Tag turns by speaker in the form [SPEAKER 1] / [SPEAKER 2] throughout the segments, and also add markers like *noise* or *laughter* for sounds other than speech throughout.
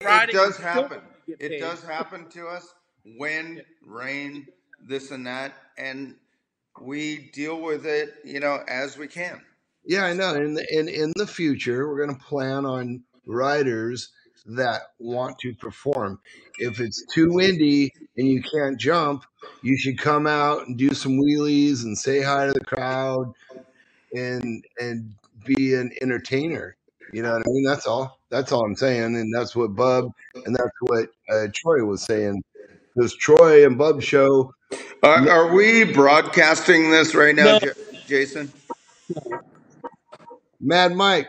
[SPEAKER 1] it
[SPEAKER 2] Friday. You
[SPEAKER 1] does
[SPEAKER 2] still
[SPEAKER 1] happen.
[SPEAKER 2] don't get
[SPEAKER 1] It
[SPEAKER 2] paid.
[SPEAKER 1] does happen to us. Wind, rain, this and that, and we deal with it, you know, as we can.
[SPEAKER 3] Yeah, I know. In the, in in the future, we're going to plan on riders that want to perform. If it's too windy and you can't jump, you should come out and do some wheelies and say hi to the crowd and and be an entertainer. You know what I mean? That's all. That's all I'm saying, and that's what Bub and that's what uh, Troy was saying. This Troy and Bub show.
[SPEAKER 1] Are, Uh, are we broadcasting this right now,
[SPEAKER 2] No,
[SPEAKER 1] J- Jason?
[SPEAKER 3] Mad Mike.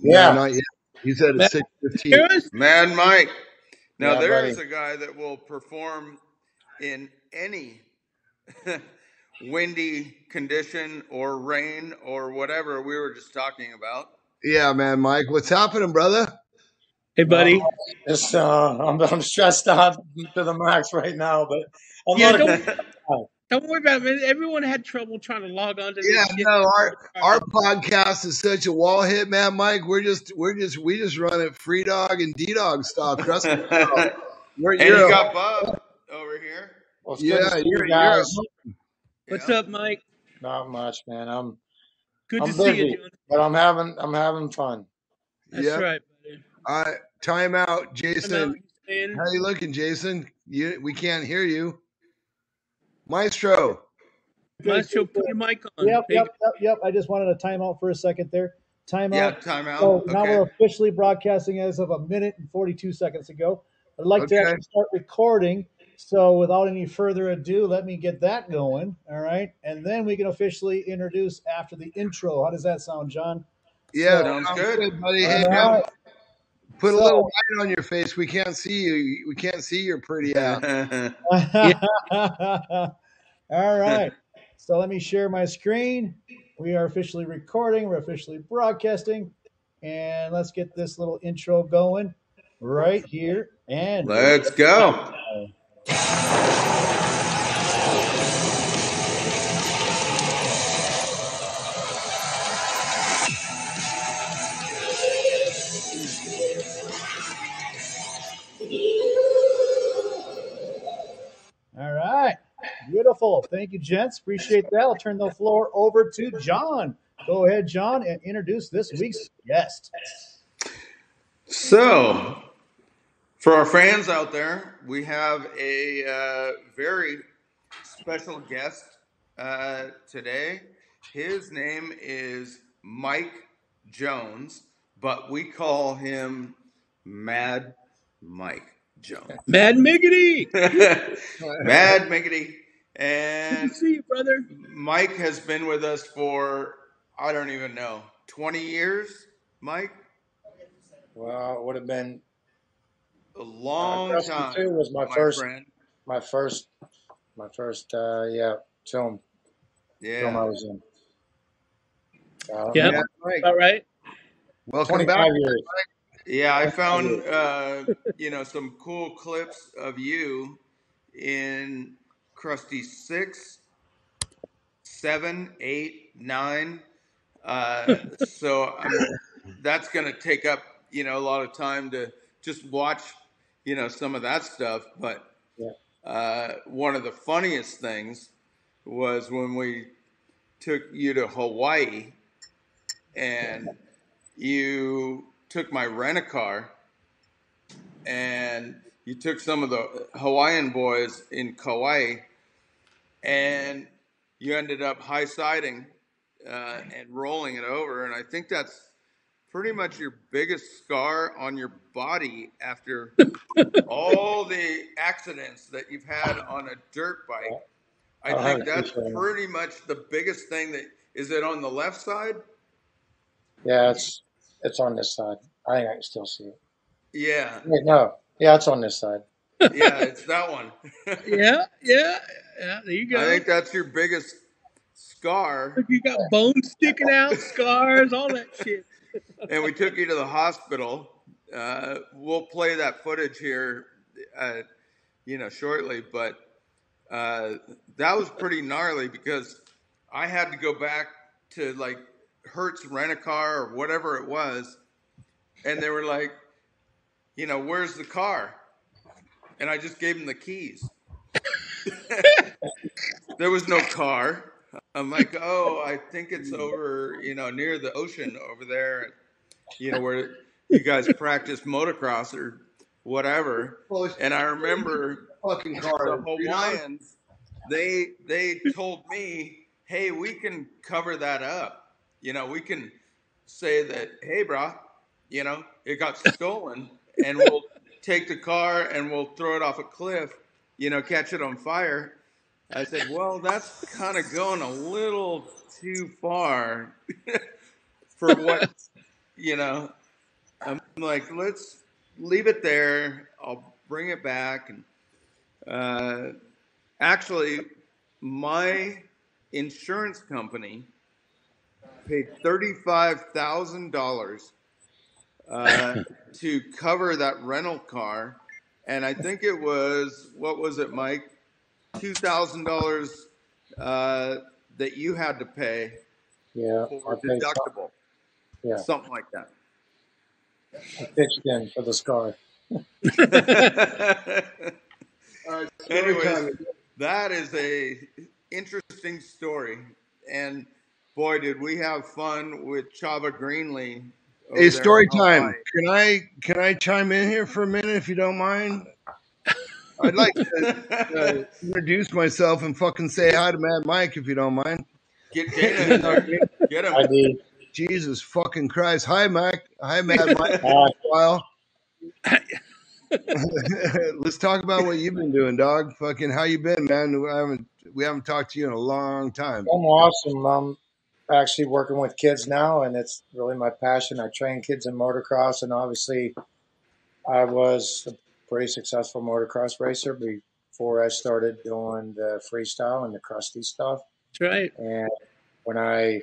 [SPEAKER 3] No,
[SPEAKER 4] Yeah.
[SPEAKER 3] not yet. He said
[SPEAKER 2] man,
[SPEAKER 3] it's six fifteen.
[SPEAKER 2] serious?
[SPEAKER 1] Man, Mike. Now
[SPEAKER 4] Yeah,
[SPEAKER 1] there is
[SPEAKER 4] buddy.
[SPEAKER 1] a guy that will perform in any *laughs* windy condition or rain or whatever we were just talking about.
[SPEAKER 3] Yeah, Mad Mike. What's happening, brother?
[SPEAKER 2] Hey,
[SPEAKER 4] Well,
[SPEAKER 2] buddy.
[SPEAKER 4] it's, uh, I'm, I'm stressed out to the max right now, but I'm
[SPEAKER 2] Yeah,
[SPEAKER 4] not a
[SPEAKER 1] *laughs*
[SPEAKER 2] don't
[SPEAKER 4] good guy.
[SPEAKER 2] don't worry about it. Man. Everyone had trouble trying to log on to this
[SPEAKER 3] Yeah,
[SPEAKER 2] shit.
[SPEAKER 3] no, our our podcast is such a wall hit, man, Mike. We're just we're just we just run it free dog and D dog style. Trust *laughs* me, bro.
[SPEAKER 1] and
[SPEAKER 3] You're
[SPEAKER 1] you
[SPEAKER 3] you're a,
[SPEAKER 1] got Bob over here.
[SPEAKER 4] Well, it's good to
[SPEAKER 3] yeah,
[SPEAKER 4] see
[SPEAKER 3] you're
[SPEAKER 4] you
[SPEAKER 3] you're a,
[SPEAKER 4] guys.
[SPEAKER 2] What's
[SPEAKER 1] Yeah.
[SPEAKER 2] up, Mike?
[SPEAKER 4] Not much, man. I'm
[SPEAKER 2] Good to
[SPEAKER 4] I'm
[SPEAKER 2] see you,
[SPEAKER 4] busy,
[SPEAKER 2] John.
[SPEAKER 4] but I'm having I'm having fun.
[SPEAKER 2] That's
[SPEAKER 3] yeah.
[SPEAKER 2] right, buddy.
[SPEAKER 3] Uh, time out,
[SPEAKER 2] I'm out.
[SPEAKER 3] Jason.
[SPEAKER 2] You staying?
[SPEAKER 3] How you looking, Jason? You we can't hear you, Maestro.
[SPEAKER 4] Good,
[SPEAKER 2] Maestro,
[SPEAKER 4] good,
[SPEAKER 2] put your
[SPEAKER 4] good.
[SPEAKER 2] mic on.
[SPEAKER 5] Yep,
[SPEAKER 2] Big,
[SPEAKER 5] yep, yep, yep. I just wanted a timeout for a second there.
[SPEAKER 1] Yeah,
[SPEAKER 5] Timeout. So
[SPEAKER 1] timeout.
[SPEAKER 5] Oh, now
[SPEAKER 1] Okay.
[SPEAKER 5] we're officially broadcasting as of a minute and 42 seconds ago. I'd like to
[SPEAKER 3] Okay.
[SPEAKER 5] actually start recording. So without any further ado, let me get that going. All right. And then we can officially introduce after the intro. How does that sound, John?
[SPEAKER 3] Yeah,
[SPEAKER 5] So,
[SPEAKER 1] Sounds
[SPEAKER 3] sounds
[SPEAKER 1] good.
[SPEAKER 3] good, buddy.
[SPEAKER 1] All
[SPEAKER 3] Hey,
[SPEAKER 1] right.
[SPEAKER 3] man,
[SPEAKER 5] all right.
[SPEAKER 3] put a little
[SPEAKER 5] So,
[SPEAKER 3] light on your face. We can't see you. We can't see your pretty ass. *laughs*
[SPEAKER 2] yeah,
[SPEAKER 5] *laughs* all right. So let me share my screen. We are officially recording, we're officially broadcasting. And let's get this little intro going right here.
[SPEAKER 1] *laughs*
[SPEAKER 5] And
[SPEAKER 1] Let's go.
[SPEAKER 5] All right. Beautiful. Thank you, gents. Appreciate that. I'll turn the floor over to John. Go ahead, John, and introduce this week's guest.
[SPEAKER 1] So, for our fans out there, we have a uh, very special guest uh, today. His name is Mike Jones, but we call him Mad Mike Jones. *laughs*
[SPEAKER 2] Mad Miggity.
[SPEAKER 1] Mad Miggity.
[SPEAKER 2] Good to
[SPEAKER 1] And
[SPEAKER 2] see you, brother.
[SPEAKER 1] Mike has been with us for, I don't even know, 20 years, Mike?
[SPEAKER 4] Well, it would have been
[SPEAKER 1] A
[SPEAKER 4] uh,
[SPEAKER 1] long
[SPEAKER 4] Dustin
[SPEAKER 1] time,
[SPEAKER 4] Two was my
[SPEAKER 1] my
[SPEAKER 4] first
[SPEAKER 1] friend.
[SPEAKER 4] my first my first uh yeah film film
[SPEAKER 1] Yeah.
[SPEAKER 4] I was in. Uh,
[SPEAKER 2] Yeah.
[SPEAKER 3] Mad Mike,
[SPEAKER 2] All right.
[SPEAKER 3] welcome
[SPEAKER 4] Twenty
[SPEAKER 3] back.
[SPEAKER 4] five years.
[SPEAKER 1] Yeah, I
[SPEAKER 4] 25 years.
[SPEAKER 1] found uh, you know some cool clips of you in Krusty six, seven, eight, nine. Uh, so I'm, that's going to take up you know a lot of time to just watch you know some of that stuff. But
[SPEAKER 4] Yeah.
[SPEAKER 1] uh, one of the funniest things was when we took you to Hawaii and you took my rent a car and you took some of the Hawaiian boys in Kauai and you ended up high siding uh, and rolling it over. And I think that's pretty much your biggest scar on your body after all the accidents that you've had on a dirt bike. I
[SPEAKER 4] Oh, I
[SPEAKER 1] think that's
[SPEAKER 4] appreciate it.
[SPEAKER 1] pretty much the biggest thing that is it on the left side?
[SPEAKER 4] Yeah, it's it's on this side. I think I can still see it.
[SPEAKER 1] Yeah.
[SPEAKER 4] Wait, no. Yeah, it's on this side.
[SPEAKER 1] Yeah, it's that one.
[SPEAKER 2] Yeah, yeah, yeah. There you
[SPEAKER 1] I
[SPEAKER 2] go.
[SPEAKER 1] think that's your biggest scar.
[SPEAKER 2] Look, you got bones sticking out, scars, all that shit.
[SPEAKER 1] And we took you to the hospital. Uh, we'll play that footage here, uh, you know, shortly. But uh, that was pretty gnarly because I had to go back to like Hertz Rent a Car or whatever it was, and they were like, you know, where's the car? And I just gave him the keys. *laughs* there was no car. I'm like, oh, I think it's over, you know, near the ocean over there, you know, where you guys practice motocross or whatever.
[SPEAKER 3] Well, it's
[SPEAKER 1] And I remember
[SPEAKER 3] fucking
[SPEAKER 1] the
[SPEAKER 3] car.
[SPEAKER 1] Hawaiians, they they told me, hey, we can cover that up. You know, we can say that, hey, brah, you know, it got stolen, and we'll take the car and we'll throw it off a cliff. You know, catch it on fire. I said, well, that's kind of going a little too far *laughs* for what you know. I'm like, let's leave it there. I'll bring it back and uh, actually, my insurance company paid thirty-five thousand uh, dollars uh, to cover that rental car, and I think it was what was it, Mike? Two thousand uh, dollars uh, that you had to pay
[SPEAKER 4] Yeah.
[SPEAKER 1] for
[SPEAKER 4] I pitched-
[SPEAKER 1] deductible,
[SPEAKER 4] Yeah.
[SPEAKER 1] something like
[SPEAKER 4] I pitched in for the scar.
[SPEAKER 1] *laughs* that.
[SPEAKER 3] All right, story
[SPEAKER 1] Anyways.
[SPEAKER 3] time.
[SPEAKER 1] That is a interesting story, and boy, did we have fun with Chava Greenlee. over there
[SPEAKER 3] It's story
[SPEAKER 1] in
[SPEAKER 3] time.
[SPEAKER 1] Hawaii.
[SPEAKER 3] Can I can I chime in here for a minute if you don't mind? I'd like to uh, *laughs* introduce myself and fucking say hi to Mad Mike if you don't mind.
[SPEAKER 1] Get Dana in there. Get him.
[SPEAKER 4] I did.
[SPEAKER 3] Jesus fucking Christ! Hi, Mike. Hi,
[SPEAKER 1] *laughs*
[SPEAKER 3] Mad Mike.
[SPEAKER 4] Uh,
[SPEAKER 3] Well, *laughs* let's talk about what you've been doing, dog. Fucking how you been, man? We haven't we haven't talked to you in a long time.
[SPEAKER 4] I'm awesome. I'm actually working with kids now, and it's really my passion. I train kids in motocross, and obviously, I was a pretty successful motocross racer before I started doing the freestyle and the crusty stuff.
[SPEAKER 2] That's right.
[SPEAKER 4] And when I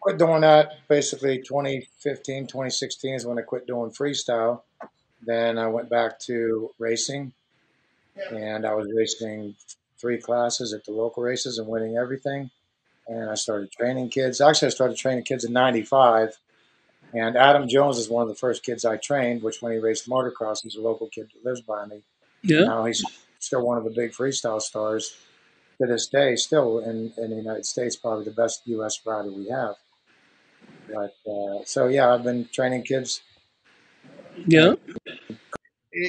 [SPEAKER 4] quit doing that, basically 2015, 2016 is when I quit doing freestyle. Then I went back to racing, and I was racing three classes at the local races and winning everything and I started training kids. Actually, I started training kids in '95, and Adam Jones is one of the first kids I trained. Which, when he raced motocross, he's a local kid that lives by me.
[SPEAKER 2] Yeah.
[SPEAKER 4] Now he's still one of the big freestyle stars to this day, still in, in the United States, probably the best U.S. rider we have. But uh, so yeah, I've been training kids,
[SPEAKER 2] Yeah.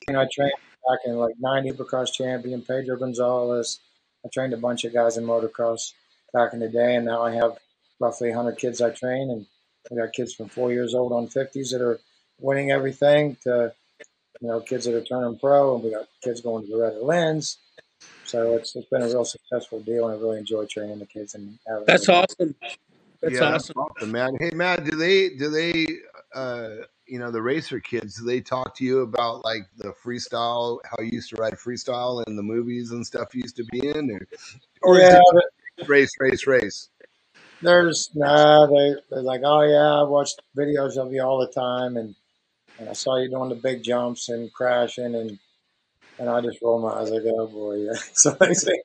[SPEAKER 4] and I trained back in like '90 Supercross champion Pedro Gonzalez. I trained a bunch of guys in motocross back in the day, and now I have roughly 100 kids I train, and we got kids from four years old on 50s that are winning everything to you know kids that are turning pro, and we got kids going to the Red Lens. So it's it's been a real successful deal, and I really enjoy training the kids and having
[SPEAKER 2] That's awesome. That's
[SPEAKER 3] yeah,
[SPEAKER 2] awesome.
[SPEAKER 3] That's awesome, man. Hey, Matt, do they do they uh you know the racer kids? Do they talk to you about like the freestyle, how you used to ride freestyle and the movies and stuff you used to be in, or or
[SPEAKER 4] Yeah,
[SPEAKER 3] is
[SPEAKER 4] but
[SPEAKER 3] it race, race, race?
[SPEAKER 4] there's nah, they they're like, oh yeah, I watched videos of you all the time, and and I saw you doing the big jumps and crashing and and I just roll my eyes like, oh boy, yeah. *laughs* So they see,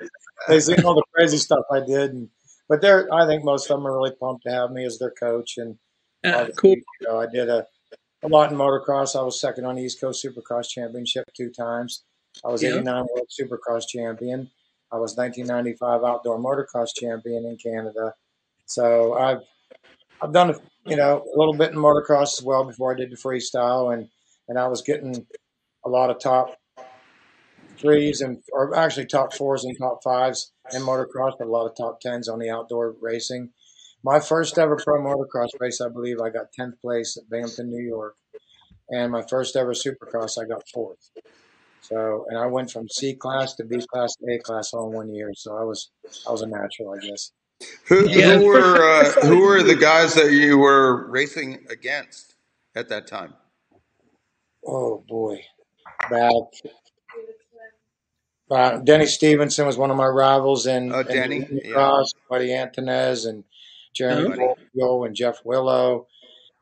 [SPEAKER 4] they see all the crazy stuff I did, and but they're I think most of them are really pumped to have me as their coach, and
[SPEAKER 2] Ah,
[SPEAKER 4] obviously,
[SPEAKER 2] cool.
[SPEAKER 4] you know, I did a, a lot in motocross. I was second on the East Coast Supercross Championship two times. I was
[SPEAKER 2] Yeah.
[SPEAKER 4] 89 World Supercross Champion. I was 1995 Outdoor Motocross Champion in Canada. So I've I've done you know a little bit in motocross as well before I did the freestyle, and and I was getting a lot of top threes and or actually top fours and top fives in motocross, but a lot of top tens on the outdoor racing. My first ever pro motocross race, I believe, I got tenth place at Binghamton, New York, and my first ever supercross, I got fourth. So, and I went from C class to B class to A class all in one year. So I was I was a natural, I guess.
[SPEAKER 1] Who,
[SPEAKER 2] Yeah.
[SPEAKER 1] who were
[SPEAKER 4] *laughs*
[SPEAKER 1] uh, who were the guys that you were racing against at that time?
[SPEAKER 4] Oh boy, back. Uh, Denny Stevenson was one of my rivals in,
[SPEAKER 1] Oh,
[SPEAKER 4] in
[SPEAKER 1] Denny, yeah,
[SPEAKER 4] cross. Buddy Antonez and Jeremy
[SPEAKER 2] Uh-huh.
[SPEAKER 1] buddy,
[SPEAKER 4] Volpio and Jeff Willow.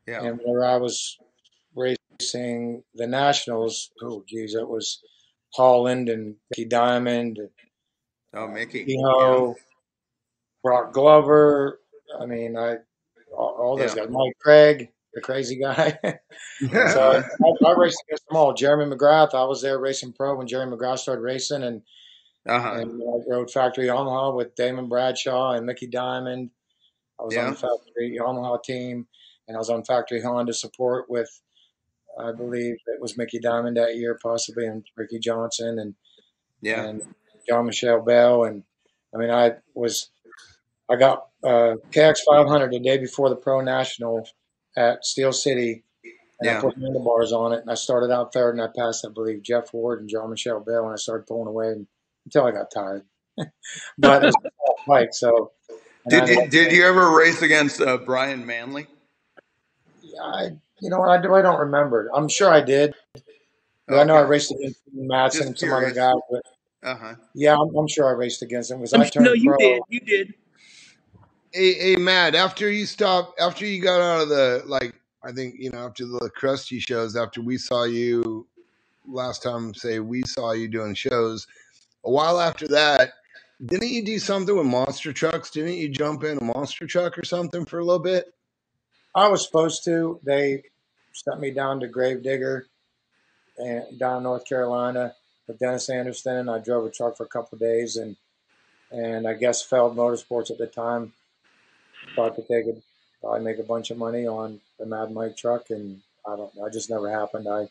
[SPEAKER 1] yeah.
[SPEAKER 4] and where I was racing the Nationals, oh geez, that was Holland and Ricky Diamond,
[SPEAKER 1] Oh,
[SPEAKER 4] uh,
[SPEAKER 1] Mickey, yeah,
[SPEAKER 4] Kehoe, Brock Glover. I mean, I all, all those
[SPEAKER 1] yeah,
[SPEAKER 4] guys. Mike Craig. the crazy guy. *laughs* so I, I raced against them all. Jeremy McGrath, I was there racing pro when Jeremy McGrath started racing, and
[SPEAKER 1] Uh-huh.
[SPEAKER 4] and I rode Factory Omaha with Damon Bradshaw and Mickey Diamond. I was on
[SPEAKER 1] Yeah.
[SPEAKER 4] the Factory Omaha team, and I was on Factory Honda support with, I believe it was Mickey Diamond that year, possibly, and Ricky Johnson and
[SPEAKER 1] Yeah.
[SPEAKER 4] and John Michelle Bell. And I mean, I was I got uh, KX 500 the day before the Pro National at Steel City, and I
[SPEAKER 1] Yeah.
[SPEAKER 4] put handlebars on it, and I started out third, and I passed, I believe, Jeff Ward and John Michelle Bell, and I started pulling away and, until I got tired. *laughs* but it was a tough fight, so and
[SPEAKER 1] Did
[SPEAKER 4] I,
[SPEAKER 1] you, did you ever race against uh, Brian Manley?
[SPEAKER 4] I you know, I, do- I don't remember. I'm sure I did. But I know I
[SPEAKER 1] Okay.
[SPEAKER 4] raced against Matson
[SPEAKER 1] Just
[SPEAKER 4] and some other
[SPEAKER 1] curious.
[SPEAKER 4] guy, but
[SPEAKER 1] Uh-huh.
[SPEAKER 4] yeah, I'm, I'm sure I raced against him because
[SPEAKER 2] I'm
[SPEAKER 4] I
[SPEAKER 2] sure- no,
[SPEAKER 4] turned
[SPEAKER 2] you
[SPEAKER 4] pro.
[SPEAKER 2] did. You did.
[SPEAKER 3] hey, hey, Matt, after you stopped, after you got out of the, like, I think, you know, after the crusty shows, after we saw you last time, say, we saw you doing shows, a while after that, didn't you do something with monster trucks? Didn't you jump in a monster truck or something for a little bit?
[SPEAKER 4] I was supposed to. They sent me down to Gravedigger and down in North Carolina with Dennis Anderson, and I drove a truck for a couple of days, and and I guess Feld Motorsports at the time thought that they could probably make a bunch of money on the Mad Mike truck, and I don't know. It just never happened. I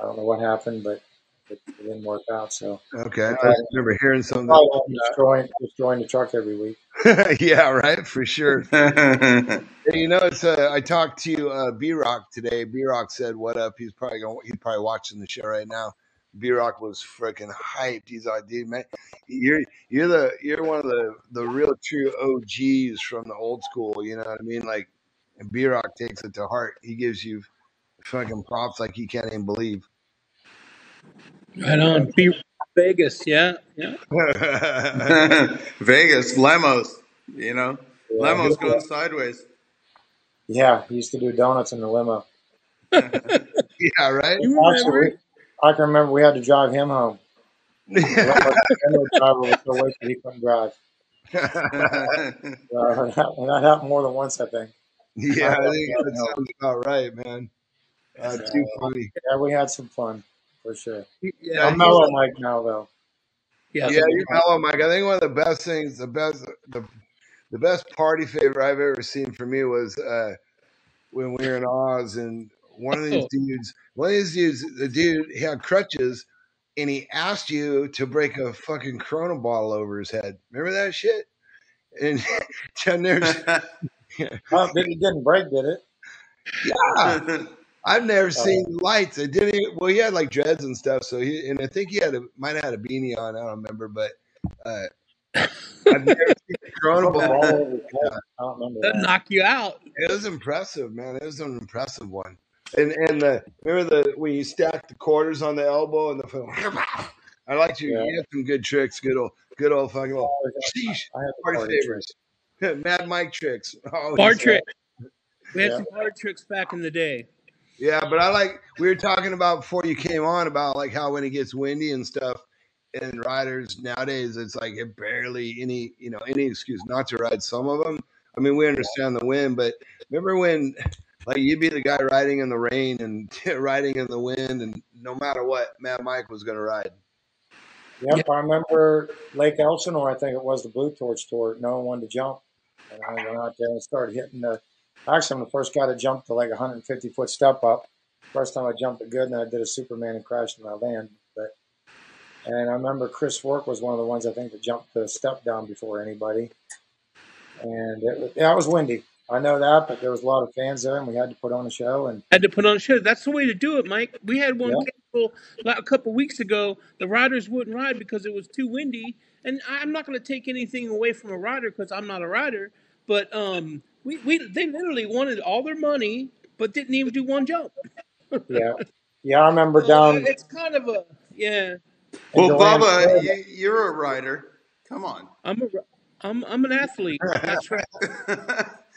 [SPEAKER 4] I don't know what happened, but it, it didn't work out. So
[SPEAKER 3] Okay, I
[SPEAKER 4] Okay.
[SPEAKER 3] remember hearing something.
[SPEAKER 4] probably won't be destroying destroying the truck every week.
[SPEAKER 3] *laughs* yeah, right, for sure.
[SPEAKER 1] *laughs* yeah.
[SPEAKER 3] Hey, You know, it's uh, I talked to uh, B Rock today. B Rock said, "What up?" He's probably going. He's probably watching the show right now. B Rock was freaking hyped. He's like, "Dude, man, you're you're the you're one of the the real true OGs from the old school." You know what I mean? Like, B Rock takes it to heart. He gives you fucking props like you can't even believe. *laughs*
[SPEAKER 2] Right on. Be Vegas. Yeah. Yeah.
[SPEAKER 3] yeah,
[SPEAKER 1] *laughs* Vegas, Lemos, you know,
[SPEAKER 4] Yeah,
[SPEAKER 1] Lemos
[SPEAKER 4] he,
[SPEAKER 1] going
[SPEAKER 2] *laughs*
[SPEAKER 1] sideways.
[SPEAKER 4] yeah, he used to do donuts in the limo.
[SPEAKER 3] right. *laughs*
[SPEAKER 2] You
[SPEAKER 4] Actually,
[SPEAKER 2] remember?
[SPEAKER 4] we- I can remember we had to drive him home. The limo, the limo driver was so wasted he couldn't drive.
[SPEAKER 1] yeah,
[SPEAKER 4] Uh, and that, *laughs* and that happened more than once, I think. I
[SPEAKER 3] yeah, I
[SPEAKER 4] got
[SPEAKER 3] think
[SPEAKER 4] driving
[SPEAKER 3] that
[SPEAKER 4] home.
[SPEAKER 3] sounds about right, man. Uh,
[SPEAKER 4] So,
[SPEAKER 3] too funny.
[SPEAKER 4] yeah, we had some fun for sure.
[SPEAKER 2] Yeah.
[SPEAKER 3] Yeah,
[SPEAKER 4] I'm mellow Mike now, though.
[SPEAKER 2] Yeah.
[SPEAKER 4] That's
[SPEAKER 3] Yeah,
[SPEAKER 4] a big
[SPEAKER 3] you're mellow, Mike. I think one of the best things, the best, the, the best party favor I've ever seen for me was uh, when we were in Oz, and one of these
[SPEAKER 2] Oh,
[SPEAKER 3] dudes, one of these dudes, the dude he had crutches, and he asked you to break a fucking Corona bottle over his head. Remember that shit? And *laughs*
[SPEAKER 1] *laughs*
[SPEAKER 3] I've never,
[SPEAKER 4] Oh, it didn't break, did it?
[SPEAKER 3] yeah, I've never
[SPEAKER 4] Uh,
[SPEAKER 3] seen lights. I didn't. even- Well, he had like dreads and stuff, so he and I think he had a might have had a beanie on. I don't remember, but uh, I've never seen a Corona
[SPEAKER 4] put a
[SPEAKER 3] bottle.
[SPEAKER 4] ball over his head. I don't remember
[SPEAKER 2] that'll
[SPEAKER 4] that.
[SPEAKER 2] knock you out.
[SPEAKER 3] It was impressive, man. It was an impressive one. And and the remember the when you stacked the quarters on the elbow and the phone. *laughs* I liked you.
[SPEAKER 4] Yeah,
[SPEAKER 3] You had some good tricks. Good old good old fucking
[SPEAKER 4] I
[SPEAKER 3] old
[SPEAKER 4] always
[SPEAKER 3] sheesh, *laughs*
[SPEAKER 4] had, I had the
[SPEAKER 3] party
[SPEAKER 4] party trick.
[SPEAKER 3] favors. Mad Mike tricks. *laughs* Oh,
[SPEAKER 2] Bar
[SPEAKER 3] Always.
[SPEAKER 4] Yeah,
[SPEAKER 2] trick. We had
[SPEAKER 4] yeah.
[SPEAKER 2] some bar tricks back in the day.
[SPEAKER 3] Yeah, but I like we were talking about before you came on about like how when it gets windy and stuff and riders nowadays it's like it barely any you know any excuse not to ride some of them. I mean, we understand the wind, but remember when like you'd be the guy riding in the rain and *laughs* riding in the wind and no matter what, Matt Mike was going to ride.
[SPEAKER 2] Yeah.
[SPEAKER 4] Yep, I remember Lake Elsinore. I think it was the Blue Torch Tour. No one wanted to jump, and I went out there and started hitting the. Actually, I'm the first guy to jump to like 150 foot step up. First time I jumped it good, and I did a Superman and crashed and I landed. But and I remember Chris Work was one of the ones I think that jumped the step down before anybody, and it was, yeah, it was windy. I know that, but there was a lot of fans there, and we had to put on a show. And
[SPEAKER 2] Had to put on a show. That's the way to do it, Mike. We had one
[SPEAKER 4] yeah,
[SPEAKER 2] cancel like, a couple weeks ago. The riders wouldn't ride because it was too windy. And I- I'm not going to take anything away from a rider because I'm not a rider. But um, we, we they literally wanted all their money, but didn't even do one jump.
[SPEAKER 4] yeah, yeah. I remember
[SPEAKER 2] So uh,
[SPEAKER 4] down
[SPEAKER 2] it's kind of a yeah.
[SPEAKER 4] in
[SPEAKER 1] well,
[SPEAKER 4] Duran
[SPEAKER 1] Bubba,
[SPEAKER 4] Prairie.
[SPEAKER 1] you, you're a writer. Come on. *laughs*
[SPEAKER 2] I'm a I'm I'm an athlete. That's right.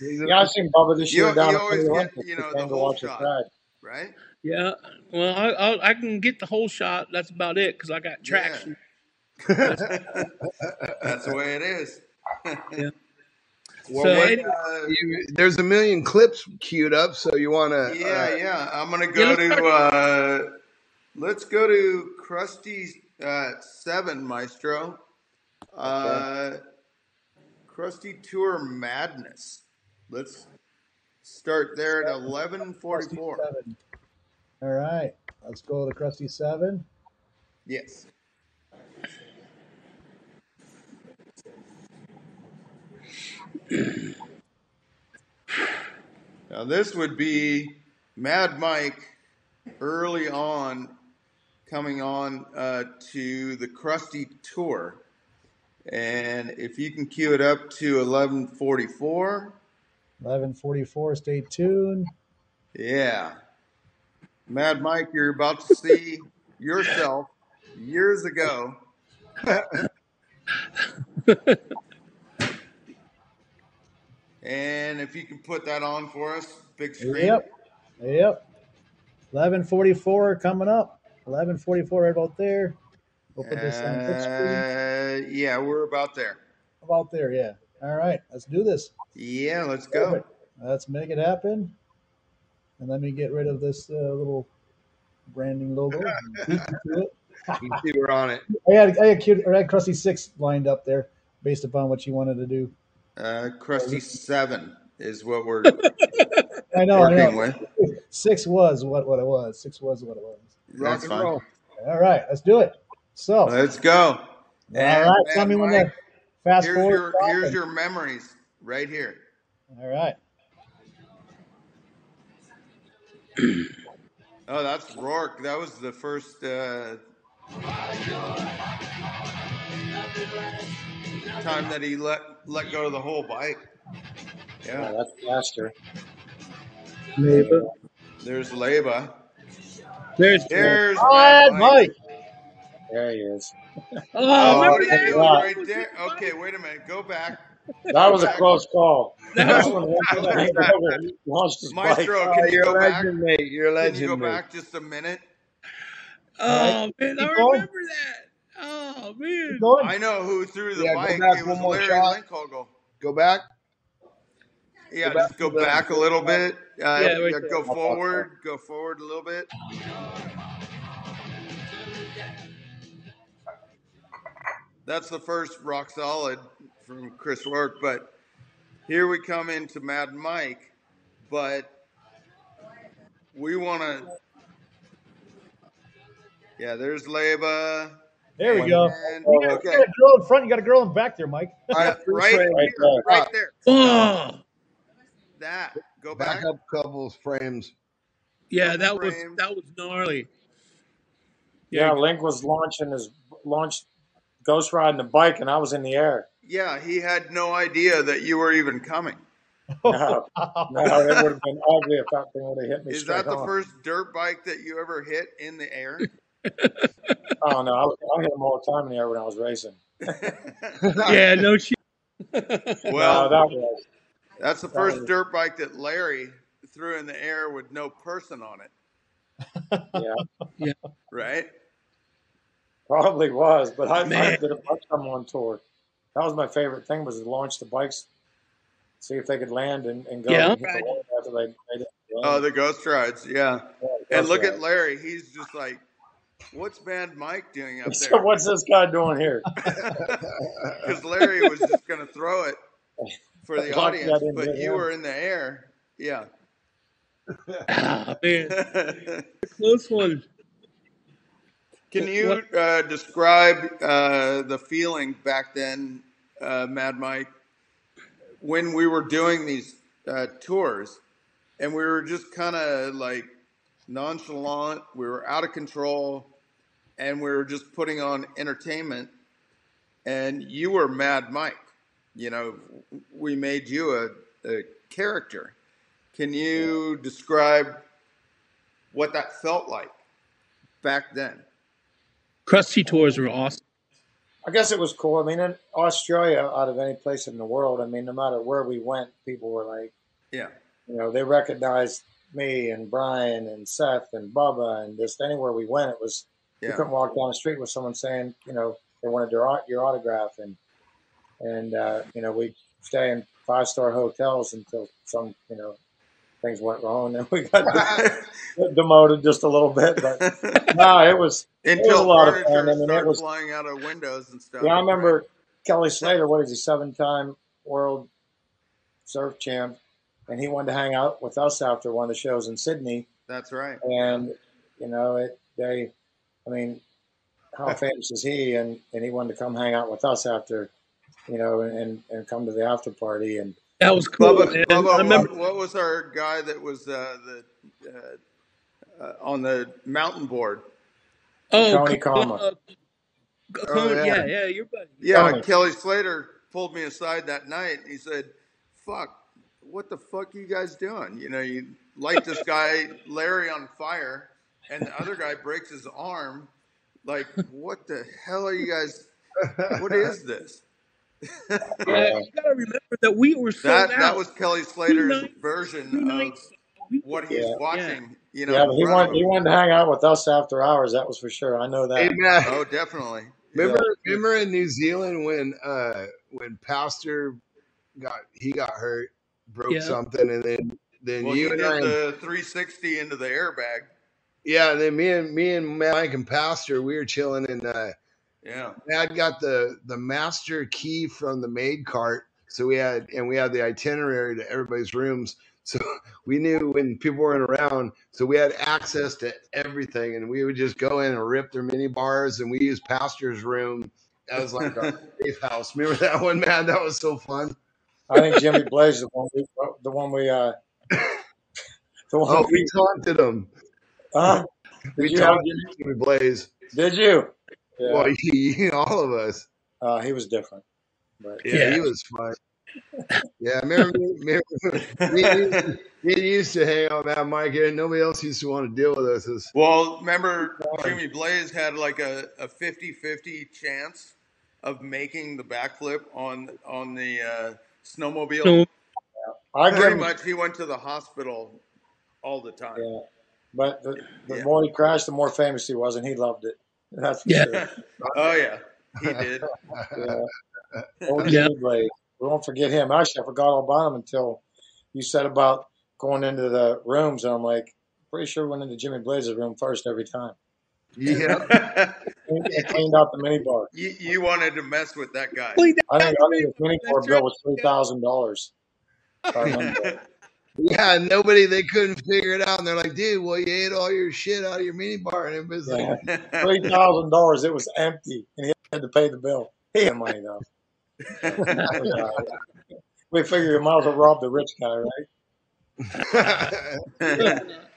[SPEAKER 4] Yeah, I seen Bubba this year
[SPEAKER 1] you
[SPEAKER 4] down
[SPEAKER 1] you
[SPEAKER 4] at the
[SPEAKER 1] always get
[SPEAKER 4] Olympics.
[SPEAKER 1] you
[SPEAKER 4] We
[SPEAKER 1] know the
[SPEAKER 4] came to
[SPEAKER 1] whole
[SPEAKER 4] watch us
[SPEAKER 1] shot,
[SPEAKER 4] ride.
[SPEAKER 1] right?
[SPEAKER 2] Yeah. Well, I I'll, I can get the whole shot. That's about it because I got
[SPEAKER 1] Yeah,
[SPEAKER 2] traction.
[SPEAKER 1] *laughs*
[SPEAKER 2] That's
[SPEAKER 1] that's the way it is.
[SPEAKER 2] yeah.
[SPEAKER 1] Well,
[SPEAKER 2] So
[SPEAKER 1] what,
[SPEAKER 2] anyway-
[SPEAKER 1] uh,
[SPEAKER 3] You, there's a million clips queued up, so you uh, want to?
[SPEAKER 1] yeah, yeah. I'm gonna
[SPEAKER 2] Yeah,
[SPEAKER 1] go
[SPEAKER 2] let's
[SPEAKER 1] to.
[SPEAKER 2] start-
[SPEAKER 1] Uh, let's go to Krusty uh, Seven Maestro.
[SPEAKER 4] Okay.
[SPEAKER 1] Uh, Krusty Tour Madness. Let's start there at
[SPEAKER 5] Krusty
[SPEAKER 1] 11:44.
[SPEAKER 5] Seven. All right, let's go to Krusty Seven.
[SPEAKER 1] Yes. Now this would be Mad Mike early on coming on uh, to the Krusty Tour. And if you can cue it up to 1144,
[SPEAKER 5] Eleven forty-four. Stay tuned.
[SPEAKER 1] yeah. Mad Mike, you're about to
[SPEAKER 5] *laughs*
[SPEAKER 1] see yourself years ago. and if you can put that on for us, big screen.
[SPEAKER 5] Yep, yep. Eleven forty-four coming up. Eleven forty-four, right about there. We'll put this on big screen.
[SPEAKER 1] Uh, yeah, we're about there.
[SPEAKER 5] About there, yeah. All right, let's do this.
[SPEAKER 1] Yeah, let's go.
[SPEAKER 5] Perfect. Let's make it happen. And let me get rid of this uh, little
[SPEAKER 1] *laughs*
[SPEAKER 5] branding logo. Beat you to it.
[SPEAKER 3] You can see we're on it.
[SPEAKER 5] I had I had, cute, I had Krusty Six lined up there, based upon what you wanted to do.
[SPEAKER 1] Uh, Krusty 7 is what
[SPEAKER 5] *laughs*
[SPEAKER 1] we're
[SPEAKER 5] I know, I
[SPEAKER 1] working
[SPEAKER 5] know.
[SPEAKER 1] with.
[SPEAKER 5] Six was what what it was. Six was what it was.
[SPEAKER 3] Rock
[SPEAKER 1] That's
[SPEAKER 3] and
[SPEAKER 1] fine.
[SPEAKER 3] roll.
[SPEAKER 5] All right, let's do it. So, all
[SPEAKER 1] Let's go. And
[SPEAKER 5] right, tell
[SPEAKER 1] Mad
[SPEAKER 5] me when
[SPEAKER 1] Mike,
[SPEAKER 5] to fast
[SPEAKER 1] here's
[SPEAKER 5] forward.
[SPEAKER 1] your
[SPEAKER 5] Stop
[SPEAKER 1] here's
[SPEAKER 5] and,
[SPEAKER 1] your memories right here.
[SPEAKER 5] all right,
[SPEAKER 1] Oh, that's Rourke. That was the first. Uh, time that he let let go of the whole bike. Yeah,
[SPEAKER 4] Yeah, that's faster.
[SPEAKER 2] Neighbor.
[SPEAKER 1] there's Leba.
[SPEAKER 2] There's
[SPEAKER 4] Yeah,
[SPEAKER 1] There's Mad
[SPEAKER 5] All right,
[SPEAKER 1] Mike.
[SPEAKER 5] *laughs* Mike.
[SPEAKER 4] there he is.
[SPEAKER 2] oh,
[SPEAKER 1] Oh, I
[SPEAKER 2] remember
[SPEAKER 4] Oh,
[SPEAKER 1] think
[SPEAKER 4] good
[SPEAKER 1] it was
[SPEAKER 2] that?
[SPEAKER 4] luck.
[SPEAKER 1] right
[SPEAKER 2] That was
[SPEAKER 1] there.
[SPEAKER 2] his bike.
[SPEAKER 1] Okay, wait a minute. Go back.
[SPEAKER 4] That
[SPEAKER 1] Go
[SPEAKER 4] was a
[SPEAKER 1] back.
[SPEAKER 4] close
[SPEAKER 1] *laughs*
[SPEAKER 4] call.
[SPEAKER 2] That
[SPEAKER 4] That's
[SPEAKER 2] was
[SPEAKER 1] No,
[SPEAKER 4] when one
[SPEAKER 1] that
[SPEAKER 4] guy
[SPEAKER 1] was
[SPEAKER 4] leaned
[SPEAKER 1] not.
[SPEAKER 4] over and launched his bike.
[SPEAKER 1] Maestro,
[SPEAKER 3] Oh,
[SPEAKER 1] can you
[SPEAKER 3] you're a
[SPEAKER 1] go back?
[SPEAKER 3] legend, mate. You're a
[SPEAKER 1] Can you go
[SPEAKER 3] legend, mate.
[SPEAKER 1] back just a minute?
[SPEAKER 5] All right,
[SPEAKER 2] oh man, I
[SPEAKER 5] keep going.
[SPEAKER 2] remember that. Oh
[SPEAKER 5] Keep
[SPEAKER 2] man.
[SPEAKER 5] going.
[SPEAKER 1] I know who threw the
[SPEAKER 3] Yeah, go
[SPEAKER 1] bike.
[SPEAKER 3] back
[SPEAKER 1] It was
[SPEAKER 3] one more
[SPEAKER 1] Larry
[SPEAKER 3] shot.
[SPEAKER 1] Linkogel.
[SPEAKER 3] Go back. Go
[SPEAKER 1] Yeah,
[SPEAKER 3] back
[SPEAKER 1] just
[SPEAKER 3] to
[SPEAKER 1] go
[SPEAKER 3] the
[SPEAKER 1] back a
[SPEAKER 3] first
[SPEAKER 1] little
[SPEAKER 3] shot.
[SPEAKER 1] bit. Uh,
[SPEAKER 2] Yeah,
[SPEAKER 5] Yep.
[SPEAKER 2] right
[SPEAKER 1] yeah,
[SPEAKER 2] there.
[SPEAKER 1] go
[SPEAKER 4] I thought so.
[SPEAKER 1] forward. Go forward a little bit. That's the first rock solid from Chris Rourke. But here we come into Mad Mike. But we want to Yeah, there's Leba.
[SPEAKER 5] There we
[SPEAKER 4] When
[SPEAKER 5] go.
[SPEAKER 1] And
[SPEAKER 5] You
[SPEAKER 4] oh,
[SPEAKER 5] got,
[SPEAKER 4] wait,
[SPEAKER 5] you
[SPEAKER 1] okay,
[SPEAKER 5] got a girl in front. You got a girl in back there, Mike.
[SPEAKER 3] All
[SPEAKER 1] yeah,
[SPEAKER 5] *laughs*
[SPEAKER 3] right, free
[SPEAKER 1] right
[SPEAKER 3] frame.
[SPEAKER 4] right
[SPEAKER 1] here,
[SPEAKER 4] there.
[SPEAKER 1] right
[SPEAKER 3] Up.
[SPEAKER 1] there.
[SPEAKER 2] Oh
[SPEAKER 1] That go
[SPEAKER 3] Back
[SPEAKER 1] back
[SPEAKER 3] up a couple of frames.
[SPEAKER 2] yeah,
[SPEAKER 1] couple
[SPEAKER 2] that was
[SPEAKER 1] frames.
[SPEAKER 2] that was gnarly. Yeah,
[SPEAKER 4] Yeah, Link was launching his launched ghost riding the bike, and I was in the air.
[SPEAKER 1] Yeah, he had no idea that you were even coming. Oh.
[SPEAKER 4] No,
[SPEAKER 5] wow.
[SPEAKER 4] no, it would have been ugly if that thing would have hit me
[SPEAKER 1] Is
[SPEAKER 4] straight
[SPEAKER 1] that the
[SPEAKER 4] on.
[SPEAKER 1] first dirt bike that you ever hit in the
[SPEAKER 4] *laughs*
[SPEAKER 1] air?
[SPEAKER 4] Oh no, I, was- I hit him all the time in the air when I was racing.
[SPEAKER 1] *laughs*
[SPEAKER 2] yeah, no shit.
[SPEAKER 4] No,
[SPEAKER 1] well,
[SPEAKER 4] that was
[SPEAKER 1] that's the
[SPEAKER 4] that was
[SPEAKER 1] first dirt bike that Larry threw in the air with no person on it,
[SPEAKER 4] yeah,
[SPEAKER 2] yeah,
[SPEAKER 1] right?
[SPEAKER 4] probably was. But I, I
[SPEAKER 2] man.
[SPEAKER 4] did a bunch of them on tour. That was my favorite thing was to launch the bikes, see if they could land and, and go
[SPEAKER 2] Yeah,
[SPEAKER 4] and hit the
[SPEAKER 2] right.
[SPEAKER 4] wall after they they didn't
[SPEAKER 1] Oh,
[SPEAKER 4] land.
[SPEAKER 1] the ghost rides, yeah.
[SPEAKER 4] Yeah,
[SPEAKER 1] And
[SPEAKER 4] ghost
[SPEAKER 1] look at
[SPEAKER 4] *laughs* ride.
[SPEAKER 1] Larry, he's just like, "What's Mad Mike doing up
[SPEAKER 4] *laughs* So
[SPEAKER 1] there?"
[SPEAKER 4] what's this guy doing here?
[SPEAKER 1] because Larry was just going to throw
[SPEAKER 4] *laughs*
[SPEAKER 1] it for the
[SPEAKER 4] Lucky I
[SPEAKER 1] audience,
[SPEAKER 4] didn't
[SPEAKER 1] but
[SPEAKER 4] hit
[SPEAKER 1] you
[SPEAKER 4] him.
[SPEAKER 1] were in the air. Yeah. *laughs*
[SPEAKER 2] Oh man.
[SPEAKER 1] Can
[SPEAKER 2] Close one. What
[SPEAKER 1] you uh, describe uh, the feeling back then, uh, Mad Mike, when we were doing these uh, tours and we were just kind of like nonchalant, we were out of control, and we were just putting on entertainment? and you were Mad Mike. You know, we made you a, a character. Can
[SPEAKER 4] Yeah.
[SPEAKER 1] you describe what that felt like back then?
[SPEAKER 2] Krusty tours were awesome.
[SPEAKER 4] I guess it was cool. I mean, in Australia, out of any place in the world, I mean, no matter where we went, people were like,
[SPEAKER 1] Yeah,
[SPEAKER 4] you know, they recognized me and Brian and Seth and Bubba and just anywhere we went, it was you
[SPEAKER 1] yeah,
[SPEAKER 4] couldn't walk down the street with someone saying, you know, they wanted their au- your autograph and and uh, you know we stay in five star hotels until some you know things went wrong, and *laughs* we
[SPEAKER 1] *laughs*
[SPEAKER 4] got demoted just a little bit. But no, it was
[SPEAKER 1] Until
[SPEAKER 4] It was a lot of
[SPEAKER 1] furniture
[SPEAKER 4] fun. I mean, it
[SPEAKER 1] started
[SPEAKER 4] was-
[SPEAKER 1] flying out of windows and stuff.
[SPEAKER 4] yeah. I remember Kelly Slater. What is he? Seven time world surf champ, and he wanted to hang out with us after one of the shows in Sydney.
[SPEAKER 1] That's right.
[SPEAKER 4] and you know it they i mean
[SPEAKER 3] *laughs*
[SPEAKER 4] how famous is he and and he wanted to come hang out with us after you know and and come to the after party and
[SPEAKER 2] That was cool,
[SPEAKER 1] Bubba,
[SPEAKER 2] man.
[SPEAKER 1] Bubba,
[SPEAKER 2] I remember.
[SPEAKER 1] what, what was our guy that was uh, the uh, uh, on the mountain board?
[SPEAKER 2] Oh,
[SPEAKER 4] Tony
[SPEAKER 2] Co-
[SPEAKER 4] Kama.
[SPEAKER 2] uh, Co-
[SPEAKER 1] Oh,
[SPEAKER 2] Cone-
[SPEAKER 1] yeah.
[SPEAKER 2] yeah, yeah, your buddy.
[SPEAKER 1] Yeah,
[SPEAKER 4] Tony.
[SPEAKER 1] Kelly Slater pulled me aside that night. And he said, "Fuck, what the fuck you guys doing? You know, you light this
[SPEAKER 4] *laughs*
[SPEAKER 1] guy Larry on fire, and the other guy breaks his arm. Like, what the hell are you guys? What is this?"
[SPEAKER 2] Yeah, you gotta remember that we were sold
[SPEAKER 1] That
[SPEAKER 2] out.
[SPEAKER 1] that was Kelly Slater's
[SPEAKER 2] nights- two
[SPEAKER 1] version of
[SPEAKER 2] nights. we were
[SPEAKER 1] what he's
[SPEAKER 4] Yeah.
[SPEAKER 1] watching. You know,
[SPEAKER 4] yeah
[SPEAKER 1] in
[SPEAKER 4] but he
[SPEAKER 1] front of
[SPEAKER 4] wanted he
[SPEAKER 1] him.
[SPEAKER 4] wanted to hang out with us after hours that was for sure i know that
[SPEAKER 3] Hey, Matt,
[SPEAKER 1] Oh, definitely. Yeah.
[SPEAKER 3] remember, remember in New Zealand when uh, when Pastor got he got hurt, broke
[SPEAKER 2] Yeah.
[SPEAKER 3] something, and then then
[SPEAKER 1] Well,
[SPEAKER 3] you
[SPEAKER 1] he
[SPEAKER 3] and
[SPEAKER 1] did
[SPEAKER 3] I,
[SPEAKER 1] the 360 into the airbag.
[SPEAKER 3] yeah, then me and me and Mike and Pastor, we were chilling, and uh,
[SPEAKER 4] *laughs*
[SPEAKER 1] Yeah.
[SPEAKER 3] Dad got the the master key from the maid cart, so we had and we had the itinerary to everybody's rooms, *laughs* so we knew when people weren't around, so we had access to everything, and we would just go in and rip their mini bars, and we used Pastor's room as like
[SPEAKER 4] uh,
[SPEAKER 1] *laughs*
[SPEAKER 3] our safe house. Remember *laughs* that one, man? That was so fun.
[SPEAKER 4] i think jimmy blaze the one we the one we uh
[SPEAKER 3] *laughs*
[SPEAKER 4] *laughs* the one
[SPEAKER 3] Oh,
[SPEAKER 4] *laughs*
[SPEAKER 3] we
[SPEAKER 4] we
[SPEAKER 3] taunted him.
[SPEAKER 4] huh?
[SPEAKER 3] We
[SPEAKER 4] did you have
[SPEAKER 3] taunted him, Blaze.
[SPEAKER 4] did you yeah
[SPEAKER 3] Well, he, all of us.
[SPEAKER 4] uh, he was different but
[SPEAKER 3] Yeah, he
[SPEAKER 2] Yeah.
[SPEAKER 3] was fun. Yeah, remember, me- remember we, used to, we used to hang out with that Mike and nobody else used to want to deal with us. It's-
[SPEAKER 1] *laughs* well, remember Jimmy Blaze had like a, a 50-50 chance of making the backflip on on the uh, snowmobile.
[SPEAKER 2] No,
[SPEAKER 4] i give
[SPEAKER 1] Pretty
[SPEAKER 4] him
[SPEAKER 1] much, he went to the hospital all the time.
[SPEAKER 4] yeah but the, the
[SPEAKER 1] Yeah.
[SPEAKER 4] more he crashed the more famous he was and he loved it that's for
[SPEAKER 2] Yeah.
[SPEAKER 4] sure
[SPEAKER 1] oh yeah, he did.
[SPEAKER 4] *laughs*
[SPEAKER 1] *laughs*
[SPEAKER 3] *laughs*
[SPEAKER 4] yeah Old
[SPEAKER 2] Yeah.
[SPEAKER 4] Jimmy Blade. We won't forget him. Actually, I forgot all about him until you said about going into the rooms, and I'm like, pretty sure we went into Jimmy Blaze's room first every time.
[SPEAKER 3] yeah,
[SPEAKER 4] And and cleaned out the minibar.
[SPEAKER 1] you, you wanted to mess with that guy.
[SPEAKER 2] Cleaned
[SPEAKER 4] I
[SPEAKER 2] out
[SPEAKER 4] think
[SPEAKER 2] the
[SPEAKER 4] I think
[SPEAKER 2] minibar.
[SPEAKER 4] his minibar
[SPEAKER 2] That's right.
[SPEAKER 4] bill was three thousand dollars. If I remember. right.
[SPEAKER 3] yeah. Nobody they couldn't figure it out, and they're like, "Dude, well, you ate all your shit out of your mini bar," and it was like,
[SPEAKER 4] Yeah, three thousand dollars. It was empty, and he had to pay the bill. He had money though. But it was all right. *laughs* We figure you might as well rob the rich guy, right?
[SPEAKER 3] *laughs*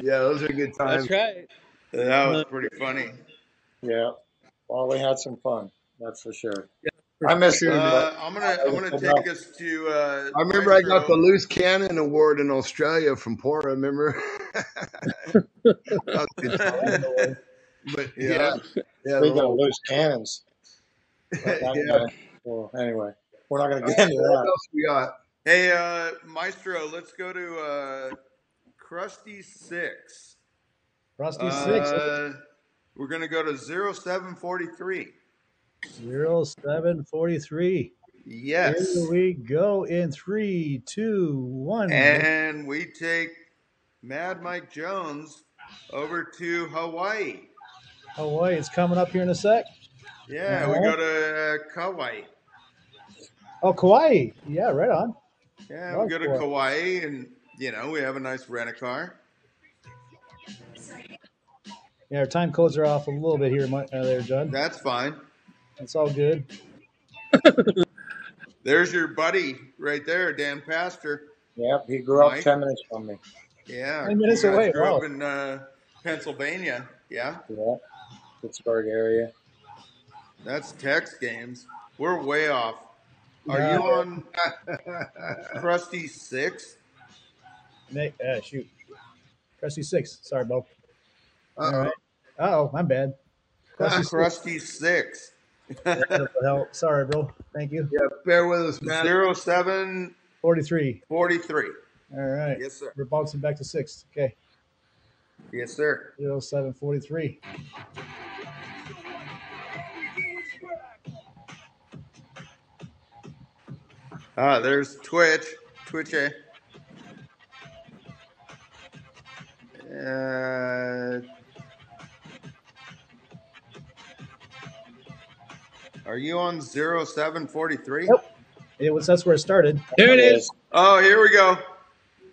[SPEAKER 3] "Yeah, those are good times."
[SPEAKER 2] That's right.
[SPEAKER 1] that was
[SPEAKER 2] Uh,
[SPEAKER 1] pretty funny.
[SPEAKER 4] Yeah. Well, we had some fun. That's for sure.
[SPEAKER 2] yeah, for
[SPEAKER 4] I miss
[SPEAKER 2] sure,
[SPEAKER 4] him,
[SPEAKER 2] man.
[SPEAKER 4] but
[SPEAKER 1] Uh, I'm gonna
[SPEAKER 4] I
[SPEAKER 1] I'm
[SPEAKER 4] was
[SPEAKER 1] gonna
[SPEAKER 4] so glad
[SPEAKER 1] take us to uh,
[SPEAKER 3] I remember I got the
[SPEAKER 1] retro.
[SPEAKER 3] loose cannon award in Australia from Pora. Remember? *laughs* That was good time. But *laughs* yeah,
[SPEAKER 1] yeah,
[SPEAKER 3] yeah, the
[SPEAKER 4] Speaking of
[SPEAKER 3] little,
[SPEAKER 4] loose cannons, that, that
[SPEAKER 3] yeah.
[SPEAKER 4] guy. Well, anyway, we're not going
[SPEAKER 3] All
[SPEAKER 4] to
[SPEAKER 3] right,
[SPEAKER 4] get into
[SPEAKER 3] what
[SPEAKER 4] that.
[SPEAKER 3] else we got?
[SPEAKER 1] Hey, uh, Maestro, let's go to uh, Krusty Six.
[SPEAKER 5] *laughs* Rusty six
[SPEAKER 1] Uh, we're gonna go to 0743.
[SPEAKER 5] zero seven forty three. Here
[SPEAKER 1] Yes,
[SPEAKER 5] we go in three, two, one.
[SPEAKER 1] and we take Mad Mike Jones over to Hawaii.
[SPEAKER 5] Hawaii, it's coming up here in a sec.
[SPEAKER 1] Yeah, we
[SPEAKER 5] All
[SPEAKER 1] go to uh, Kauai.
[SPEAKER 5] right. Oh, Kauai. Yeah, right on.
[SPEAKER 1] Yeah, we
[SPEAKER 5] Love
[SPEAKER 1] go to
[SPEAKER 5] Kauai.
[SPEAKER 1] Kauai, and you know we have a nice rent a car.
[SPEAKER 5] Yeah, our time codes are off a little bit here, Mike- uh, there, John.
[SPEAKER 1] That's fine.
[SPEAKER 5] It's all good.
[SPEAKER 1] There's your buddy right there, Dan Pastor.
[SPEAKER 4] Yep, he grew up
[SPEAKER 1] Mike.
[SPEAKER 4] ten minutes from me.
[SPEAKER 1] Yeah,
[SPEAKER 5] Ten minutes
[SPEAKER 1] you guys
[SPEAKER 5] away.
[SPEAKER 1] grew
[SPEAKER 5] Wow.
[SPEAKER 1] up in uh, Pennsylvania. Yeah,
[SPEAKER 4] Yeah, Pittsburgh area.
[SPEAKER 1] that's Tex games. We're way off. Are
[SPEAKER 5] Yeah.
[SPEAKER 1] you on uh, *laughs* Krusty Six?
[SPEAKER 5] Nick, uh, shoot. Crusty six. Sorry, Bo. All
[SPEAKER 3] Uh-oh.
[SPEAKER 5] right. Oh, my bad.
[SPEAKER 1] Ah,
[SPEAKER 5] Crusty
[SPEAKER 1] Krusty
[SPEAKER 5] six.
[SPEAKER 1] Six.
[SPEAKER 5] Yeah, that'll help. Sorry, bro. Thank you.
[SPEAKER 3] Yeah, bear with us, man.
[SPEAKER 1] Zero seven
[SPEAKER 5] 43.
[SPEAKER 1] forty three.
[SPEAKER 5] All right.
[SPEAKER 1] Yes, sir.
[SPEAKER 5] We're bouncing back to sixth. Okay.
[SPEAKER 1] Yes, sir.
[SPEAKER 5] 0743.
[SPEAKER 1] Ah, there's Twitch. Twitch. eh? Uh, are you on 0743?
[SPEAKER 5] Nope. It was that's where it started.
[SPEAKER 2] There it is.
[SPEAKER 1] Oh, here we go.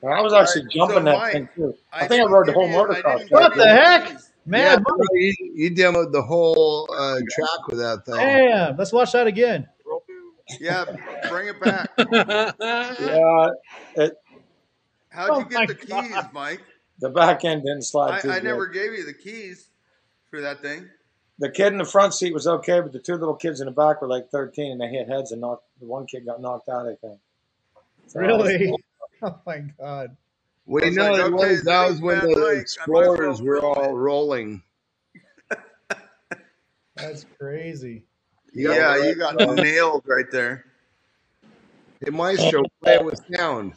[SPEAKER 4] And I was actually
[SPEAKER 1] All right, so
[SPEAKER 4] jumping that
[SPEAKER 1] Mike,
[SPEAKER 4] thing too. I,
[SPEAKER 1] I
[SPEAKER 4] think I
[SPEAKER 1] didn't
[SPEAKER 4] rode the
[SPEAKER 1] give
[SPEAKER 4] whole
[SPEAKER 1] you- I
[SPEAKER 4] motocross.
[SPEAKER 1] didn't
[SPEAKER 5] What
[SPEAKER 1] give
[SPEAKER 5] the
[SPEAKER 1] you- *laughs*
[SPEAKER 5] heck?
[SPEAKER 3] Yeah,
[SPEAKER 5] Mad
[SPEAKER 3] no, you, you demoed the whole uh, track with that thing.
[SPEAKER 5] Damn. Let's watch that again.
[SPEAKER 1] Yeah, bring it back.
[SPEAKER 4] Yeah, it,
[SPEAKER 1] How'd
[SPEAKER 5] Oh
[SPEAKER 1] you
[SPEAKER 5] my
[SPEAKER 1] get the
[SPEAKER 5] god.
[SPEAKER 1] keys, Mike?
[SPEAKER 4] the back end didn't slide
[SPEAKER 1] I,
[SPEAKER 4] too
[SPEAKER 1] I
[SPEAKER 4] good.
[SPEAKER 1] never gave you the keys for that thing.
[SPEAKER 4] The kid in the front seat was okay, but the two little kids in the back were like 13, and they hit heads, and knocked. The one kid got knocked out, I think. So I was-
[SPEAKER 5] Really? *laughs* Oh my god.
[SPEAKER 3] We
[SPEAKER 1] I was
[SPEAKER 3] know
[SPEAKER 1] like,
[SPEAKER 3] it
[SPEAKER 1] okay,
[SPEAKER 3] was
[SPEAKER 1] is
[SPEAKER 3] that
[SPEAKER 1] that
[SPEAKER 3] was when
[SPEAKER 1] Mad
[SPEAKER 3] the
[SPEAKER 1] Mike? I might as well
[SPEAKER 3] explorers were
[SPEAKER 1] film
[SPEAKER 3] all
[SPEAKER 1] it.
[SPEAKER 3] rolling.
[SPEAKER 5] That's crazy.
[SPEAKER 3] You got
[SPEAKER 1] Yeah, you got
[SPEAKER 3] uh,
[SPEAKER 1] nailed right there.
[SPEAKER 3] hey, Maestro, play it with sound.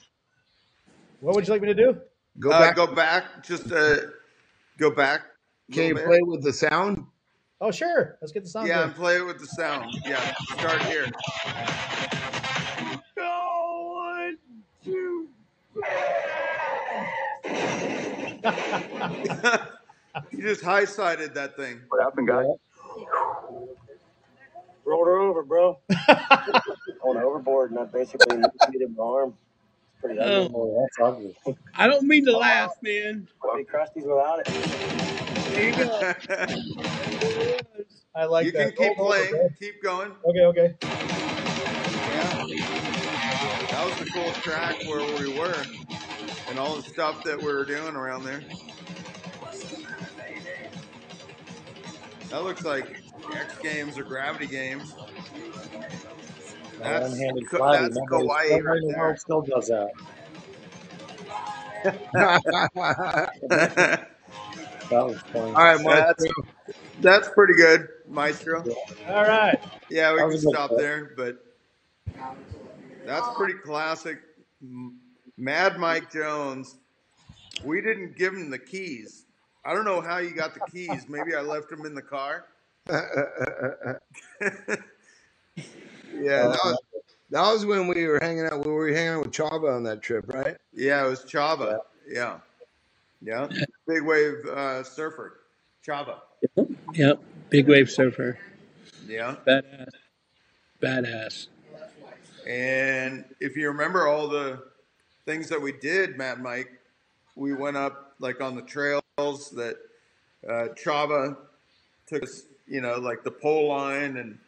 [SPEAKER 5] What would you like me to do?
[SPEAKER 3] Go
[SPEAKER 1] Uh,
[SPEAKER 3] back.
[SPEAKER 1] go back, just uh, go back a
[SPEAKER 3] Can
[SPEAKER 1] little
[SPEAKER 3] you
[SPEAKER 1] bit.
[SPEAKER 3] play with the sound?
[SPEAKER 5] Oh sure. Let's get the sound
[SPEAKER 1] Yeah,
[SPEAKER 5] going.
[SPEAKER 1] and play it with the sound. Yeah, start here. *laughs* you just high sided that thing.
[SPEAKER 3] *laughs*
[SPEAKER 4] yeah.
[SPEAKER 2] Um,
[SPEAKER 4] Oh, that's ugly.
[SPEAKER 2] *laughs* I don't mean
[SPEAKER 1] Oh.
[SPEAKER 2] to laugh, man. There you go.
[SPEAKER 1] you
[SPEAKER 2] There it was.
[SPEAKER 5] *laughs* I like that.
[SPEAKER 1] can
[SPEAKER 5] Oh, Roll
[SPEAKER 1] keep
[SPEAKER 5] over,
[SPEAKER 1] playing,
[SPEAKER 5] bro.
[SPEAKER 1] keep going.
[SPEAKER 5] Okay, okay.
[SPEAKER 1] Yeah, that was the cool track where we were and all the stuff that we were doing around there. That looks like X Games or Gravity
[SPEAKER 5] *laughs*
[SPEAKER 1] Games.
[SPEAKER 4] That
[SPEAKER 1] That's
[SPEAKER 4] one-handed
[SPEAKER 1] Ka-
[SPEAKER 4] flatty.
[SPEAKER 1] that's
[SPEAKER 4] Nobody,
[SPEAKER 1] Kauai
[SPEAKER 4] nobody
[SPEAKER 1] right
[SPEAKER 4] in the world
[SPEAKER 1] there.
[SPEAKER 4] still does that.
[SPEAKER 3] all
[SPEAKER 4] That was funny.
[SPEAKER 3] right, Maestro.
[SPEAKER 1] that's that's pretty good, Maestro.
[SPEAKER 4] Yeah,
[SPEAKER 5] All right.
[SPEAKER 1] Yeah, we
[SPEAKER 4] that
[SPEAKER 1] can
[SPEAKER 4] was a good
[SPEAKER 1] stop
[SPEAKER 4] clip.
[SPEAKER 1] there, but that's pretty classic. M- Mad Mike Jones. We didn't give him the keys. I don't know how you got the keys. Maybe I left them in the car. *laughs*
[SPEAKER 3] Yeah,
[SPEAKER 1] yeah,
[SPEAKER 3] that
[SPEAKER 4] That was
[SPEAKER 3] was,
[SPEAKER 4] another.
[SPEAKER 3] that was when we were hanging out. We were hanging out with Chava on that trip, right?
[SPEAKER 1] yeah, it was Chava.
[SPEAKER 4] Yeah.
[SPEAKER 1] Yeah, yeah, big wave uh, surfer, Chava.
[SPEAKER 2] Yep. Big wave surfer.
[SPEAKER 1] Yeah,
[SPEAKER 2] Badass. Badass.
[SPEAKER 1] and if you remember all the things that we did, Matt, Mike, we went up like on the trails that uh, Chava took us, you know, like the pole line and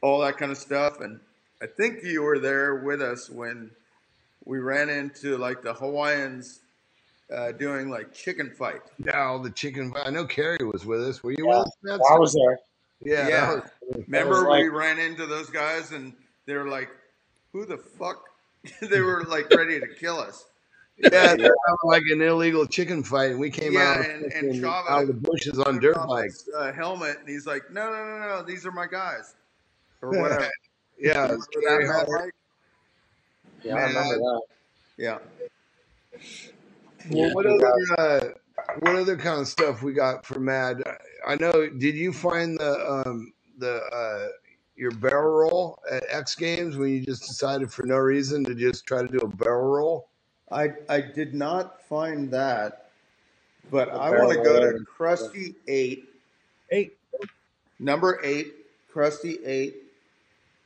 [SPEAKER 1] all that kind of stuff. And I think you were there with us when we ran into like the Hawaiians uh, doing like chicken fight.
[SPEAKER 3] Yeah, all the chicken. I know Carrie was with us. Were you
[SPEAKER 4] Yeah.
[SPEAKER 3] with us, Matt?
[SPEAKER 4] I was there.
[SPEAKER 3] Yeah, that
[SPEAKER 1] Yeah.
[SPEAKER 3] was.
[SPEAKER 4] It was
[SPEAKER 1] Remember
[SPEAKER 4] like,
[SPEAKER 1] we ran into those guys and they were like, who the fuck? *laughs* they were like ready to kill us.
[SPEAKER 3] Yeah,
[SPEAKER 4] yeah,
[SPEAKER 3] that was like an illegal chicken fight, and we came
[SPEAKER 1] Yeah.
[SPEAKER 3] out of
[SPEAKER 1] And, and
[SPEAKER 3] freaking out
[SPEAKER 1] Chava
[SPEAKER 3] of the bushes on
[SPEAKER 1] took
[SPEAKER 3] dirt
[SPEAKER 1] off
[SPEAKER 3] bikes.
[SPEAKER 1] his uh, helmet and he's like, no, no, no, no, these are my guys or whatever.
[SPEAKER 3] yeah,
[SPEAKER 1] You
[SPEAKER 3] it's
[SPEAKER 1] remember that,
[SPEAKER 3] Carrie
[SPEAKER 1] Mad
[SPEAKER 3] Hart,
[SPEAKER 1] Mike?
[SPEAKER 4] yeah, I remember
[SPEAKER 3] Mad.
[SPEAKER 4] that.
[SPEAKER 1] Yeah.
[SPEAKER 3] Well,
[SPEAKER 2] Yeah.
[SPEAKER 3] what
[SPEAKER 4] We got
[SPEAKER 3] other uh, what other kind of stuff we got for Mad? I know. Did you find the um, the uh, your barrel roll at X Games when you just decided for no reason to just try to do a barrel roll?
[SPEAKER 1] I, I did not find that, but
[SPEAKER 4] the
[SPEAKER 1] I want to go
[SPEAKER 4] barrel
[SPEAKER 1] to
[SPEAKER 4] rolling.
[SPEAKER 1] Krusty 8,
[SPEAKER 5] Eight.
[SPEAKER 1] number 8, Krusty 8,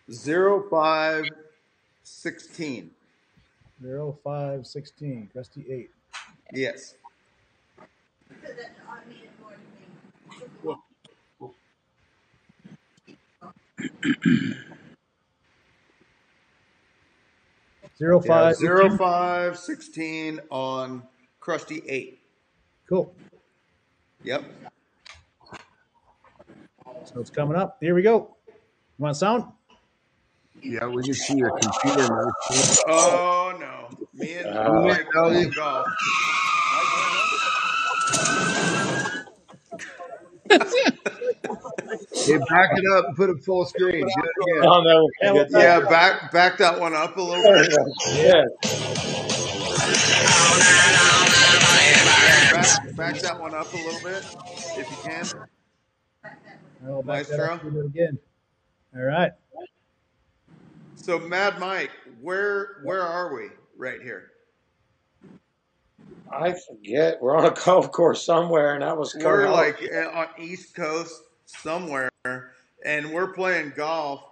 [SPEAKER 1] 0516.
[SPEAKER 5] Zero five sixteen. Rusty eight.
[SPEAKER 1] Yes.
[SPEAKER 5] Zero
[SPEAKER 1] Yeah,
[SPEAKER 5] five eighteen.
[SPEAKER 1] 0516 on Krusty 8.
[SPEAKER 5] Cool.
[SPEAKER 1] Yep.
[SPEAKER 5] So it's coming up. Here we go. You want sound?
[SPEAKER 3] Yeah, we could see your computer. Maestro. *laughs*
[SPEAKER 1] Oh, no. Me and
[SPEAKER 3] You
[SPEAKER 4] Uh,
[SPEAKER 3] went
[SPEAKER 1] Mike were
[SPEAKER 3] out
[SPEAKER 1] playing golf.
[SPEAKER 3] Hey, back it up and put it full screen. Do it
[SPEAKER 4] *laughs*
[SPEAKER 3] again.
[SPEAKER 4] I'll never
[SPEAKER 5] Yeah, we'll
[SPEAKER 4] forget
[SPEAKER 5] back
[SPEAKER 4] that.
[SPEAKER 1] Yeah,
[SPEAKER 5] it up.
[SPEAKER 1] back back that one up a little
[SPEAKER 4] Oh,
[SPEAKER 1] bit.
[SPEAKER 4] my God.
[SPEAKER 1] Yeah, back back that one up a little bit if you can,
[SPEAKER 5] I will back that up
[SPEAKER 1] Maestro.
[SPEAKER 5] and do it again. All right.
[SPEAKER 1] So, Mad Mike, where where are we right here?
[SPEAKER 4] I forget. We're on a golf course somewhere, and I was
[SPEAKER 1] We're
[SPEAKER 4] cut off.
[SPEAKER 1] like uh, on East Coast somewhere, and we're playing golf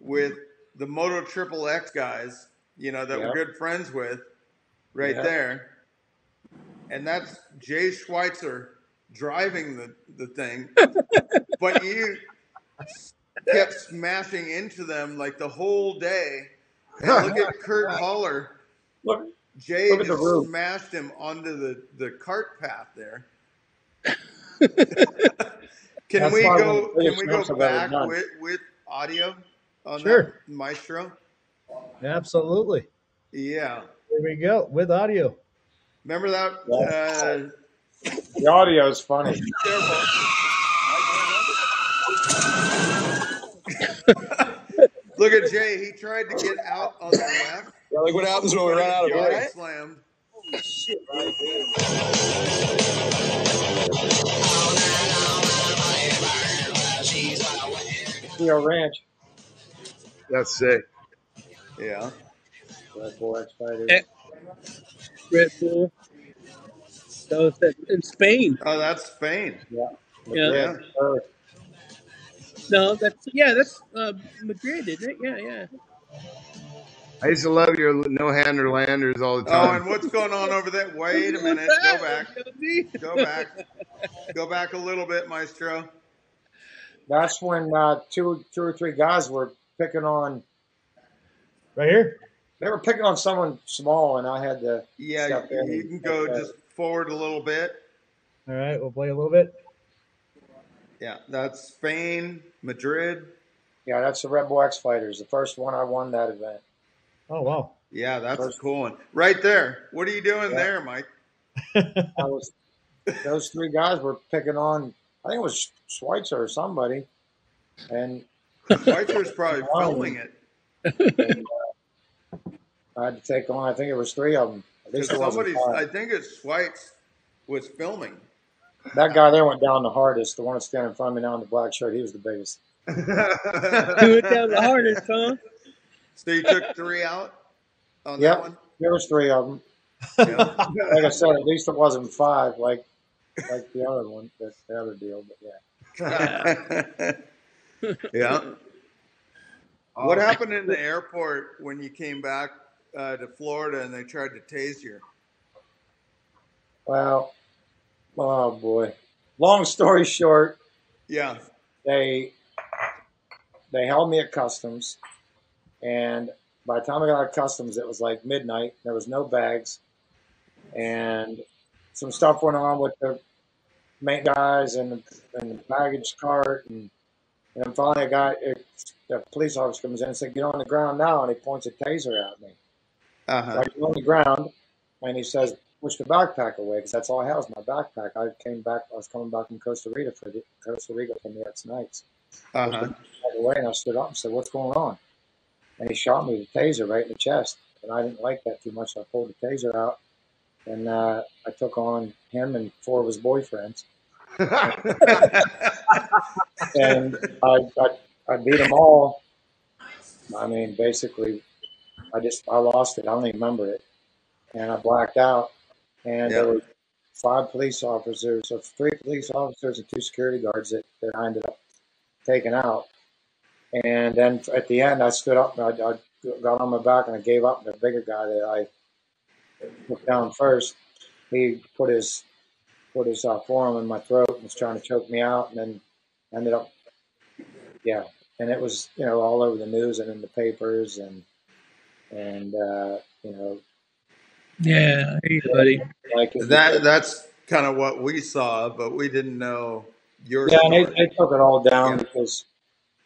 [SPEAKER 1] with the Moto Triple X guys, you know, that
[SPEAKER 4] Yeah.
[SPEAKER 1] we're good friends with, right
[SPEAKER 4] Yeah.
[SPEAKER 1] there. And that's Jay Schweitzer driving the, the
[SPEAKER 4] *laughs*
[SPEAKER 1] thing, but you kept smashing into them like the whole day. And look
[SPEAKER 4] *laughs*
[SPEAKER 1] at Kurt Haller.
[SPEAKER 4] Look,
[SPEAKER 1] Jay
[SPEAKER 4] Look at
[SPEAKER 1] just
[SPEAKER 4] the roof.
[SPEAKER 1] smashed him onto the, the cart path there.
[SPEAKER 4] *laughs*
[SPEAKER 1] can
[SPEAKER 4] That's
[SPEAKER 1] we
[SPEAKER 4] probably
[SPEAKER 1] go?
[SPEAKER 4] one
[SPEAKER 1] Can
[SPEAKER 4] of the
[SPEAKER 1] we go
[SPEAKER 4] biggest jumps I've ever
[SPEAKER 1] back
[SPEAKER 4] done.
[SPEAKER 1] with, with audio on that,
[SPEAKER 5] Sure.
[SPEAKER 1] Maestro?
[SPEAKER 5] Absolutely.
[SPEAKER 1] Yeah,
[SPEAKER 5] Here we go with audio.
[SPEAKER 1] remember that? Uh,
[SPEAKER 4] the audio is funny.
[SPEAKER 1] *laughs* look at Jay. He tried to get out on the left.
[SPEAKER 6] Yeah, like what happens when we run out of
[SPEAKER 1] Body
[SPEAKER 6] breaks.
[SPEAKER 1] slammed.
[SPEAKER 4] Theo Ranch,
[SPEAKER 3] That's sick.
[SPEAKER 1] Yeah.
[SPEAKER 4] Red Bull X Fighters.
[SPEAKER 2] Eh. Red Bull. That was that- in Spain.
[SPEAKER 1] Oh, that's Spain.
[SPEAKER 2] Yeah.
[SPEAKER 1] Yeah.
[SPEAKER 4] Earth.
[SPEAKER 2] No, that's yeah, that's uh, Madrid, isn't it? Yeah, yeah.
[SPEAKER 3] I used to love your no hander landers all the
[SPEAKER 1] Oh,
[SPEAKER 3] time.
[SPEAKER 1] and what's going on over there? Wait a
[SPEAKER 2] What's
[SPEAKER 1] minute. Go
[SPEAKER 2] that,
[SPEAKER 1] back.
[SPEAKER 2] *laughs* Jonesy?
[SPEAKER 1] Go back. Go back a little bit, Maestro.
[SPEAKER 4] That's when uh, two, two or three guys were picking on.
[SPEAKER 5] Right here.
[SPEAKER 4] They were picking on someone small, and I had to.
[SPEAKER 1] Yeah,
[SPEAKER 4] Step in
[SPEAKER 1] you
[SPEAKER 4] and
[SPEAKER 1] can go
[SPEAKER 4] step out.
[SPEAKER 1] just forward a little bit.
[SPEAKER 5] All right, we'll play a little bit.
[SPEAKER 1] Yeah, that's Spain, Madrid.
[SPEAKER 4] Yeah, that's the Red Bull X Fighters. The first one I won that event.
[SPEAKER 5] Oh wow. *laughs*
[SPEAKER 1] Yeah, that's
[SPEAKER 4] First-
[SPEAKER 1] a cool one. Right there. What are you doing
[SPEAKER 4] Yeah.
[SPEAKER 1] there, Mike?
[SPEAKER 4] I was. those three guys were picking on. I think it was Schweitzer or somebody, and
[SPEAKER 1] Schweitzer's
[SPEAKER 4] *laughs*
[SPEAKER 1] probably
[SPEAKER 4] Oh.
[SPEAKER 1] filming it
[SPEAKER 4] and, uh, I had to take on. I think it was three of them. At
[SPEAKER 1] because
[SPEAKER 4] least it wasn't
[SPEAKER 1] somebody's. I
[SPEAKER 4] five.
[SPEAKER 1] think it's Schweitz was filming.
[SPEAKER 4] That guy there went down the hardest. The one that's standing in front of me now in the black shirt, he was the biggest.
[SPEAKER 1] *laughs*
[SPEAKER 2] Do it down the hardest, huh?
[SPEAKER 1] So you took three out on
[SPEAKER 4] Yep.
[SPEAKER 1] that one.
[SPEAKER 4] There was three of them.
[SPEAKER 1] Yeah.
[SPEAKER 4] *laughs* Like I said, at least it wasn't five, like like the other one, the, the other deal. But yeah, *laughs*
[SPEAKER 1] yeah. What
[SPEAKER 4] Oh.
[SPEAKER 1] happened in the airport when you came back uh, to Florida and they tried to tase you?
[SPEAKER 4] well, oh boy. Long story short,
[SPEAKER 1] Yeah.
[SPEAKER 4] they they held me at customs and by the time i got out of customs it was like midnight there was no bags and some stuff went on with the main guys and, and the baggage cart and and then finally i got it, the police officer comes in and said get on the ground now and he points a taser at me
[SPEAKER 1] Uh
[SPEAKER 4] so i get on the ground and he says push the backpack away because that's all i had was my backpack i came back i was coming back from costa rica for the costa rica from the x nights
[SPEAKER 1] Uh
[SPEAKER 4] uh-huh. away and I stood up and said, What's going on? And he shot me with a taser right in the chest. And I didn't like that too much. So I pulled the taser out and uh, I took on him and four of his boyfriends.
[SPEAKER 3] *laughs*
[SPEAKER 4] And I, I, I beat them all. I mean, basically, I just I lost it. I don't even remember it. And I blacked out. And there
[SPEAKER 1] Yeah.
[SPEAKER 4] were five police officers, or three police officers, and two security guards that, that I ended up taking out. And then at the end, I stood up and I, I got on my back and I gave up. And the bigger guy that I took down first, he put his put his uh, forearm in my throat and was trying to choke me out. And then ended up, yeah. And it was you know all over the news and in the papers and and uh, you know
[SPEAKER 2] Yeah, hey buddy.
[SPEAKER 4] like it was-
[SPEAKER 1] that that's kind of what we saw, but we didn't know your
[SPEAKER 4] yeah. And
[SPEAKER 1] story.
[SPEAKER 4] they, they took it all down
[SPEAKER 1] Yeah.
[SPEAKER 4] because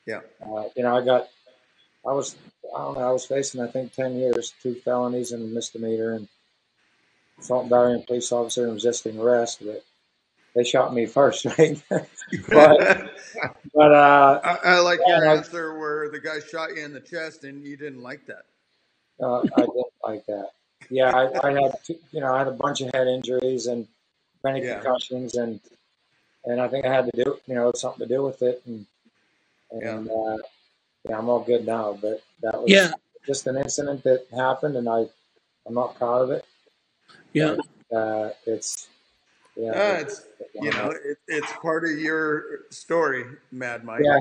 [SPEAKER 1] Yeah.
[SPEAKER 4] uh, you know I got I was I don't know I was facing I think ten years, two felonies and a misdemeanor and assault and battery and police officer and resisting arrest, but they shot me first, *laughs* right? but but uh,
[SPEAKER 1] *laughs* I, I like your
[SPEAKER 4] Yeah, I-
[SPEAKER 1] answer where the guy shot you in the chest and you didn't like that.
[SPEAKER 4] uh, I didn't like that. Yeah, I, I had two, you know I had a bunch of head injuries and many
[SPEAKER 1] Yeah.
[SPEAKER 4] concussions and and I think I had to do you know something to do with it and and uh, yeah I'm all good now, but that was
[SPEAKER 2] Yeah.
[SPEAKER 4] just an incident that happened, and I I'm not proud of it.
[SPEAKER 2] Yeah.
[SPEAKER 4] Uh, it's yeah,
[SPEAKER 1] Uh, it's you know it, it's part of your story, Mad Mike.
[SPEAKER 4] yeah.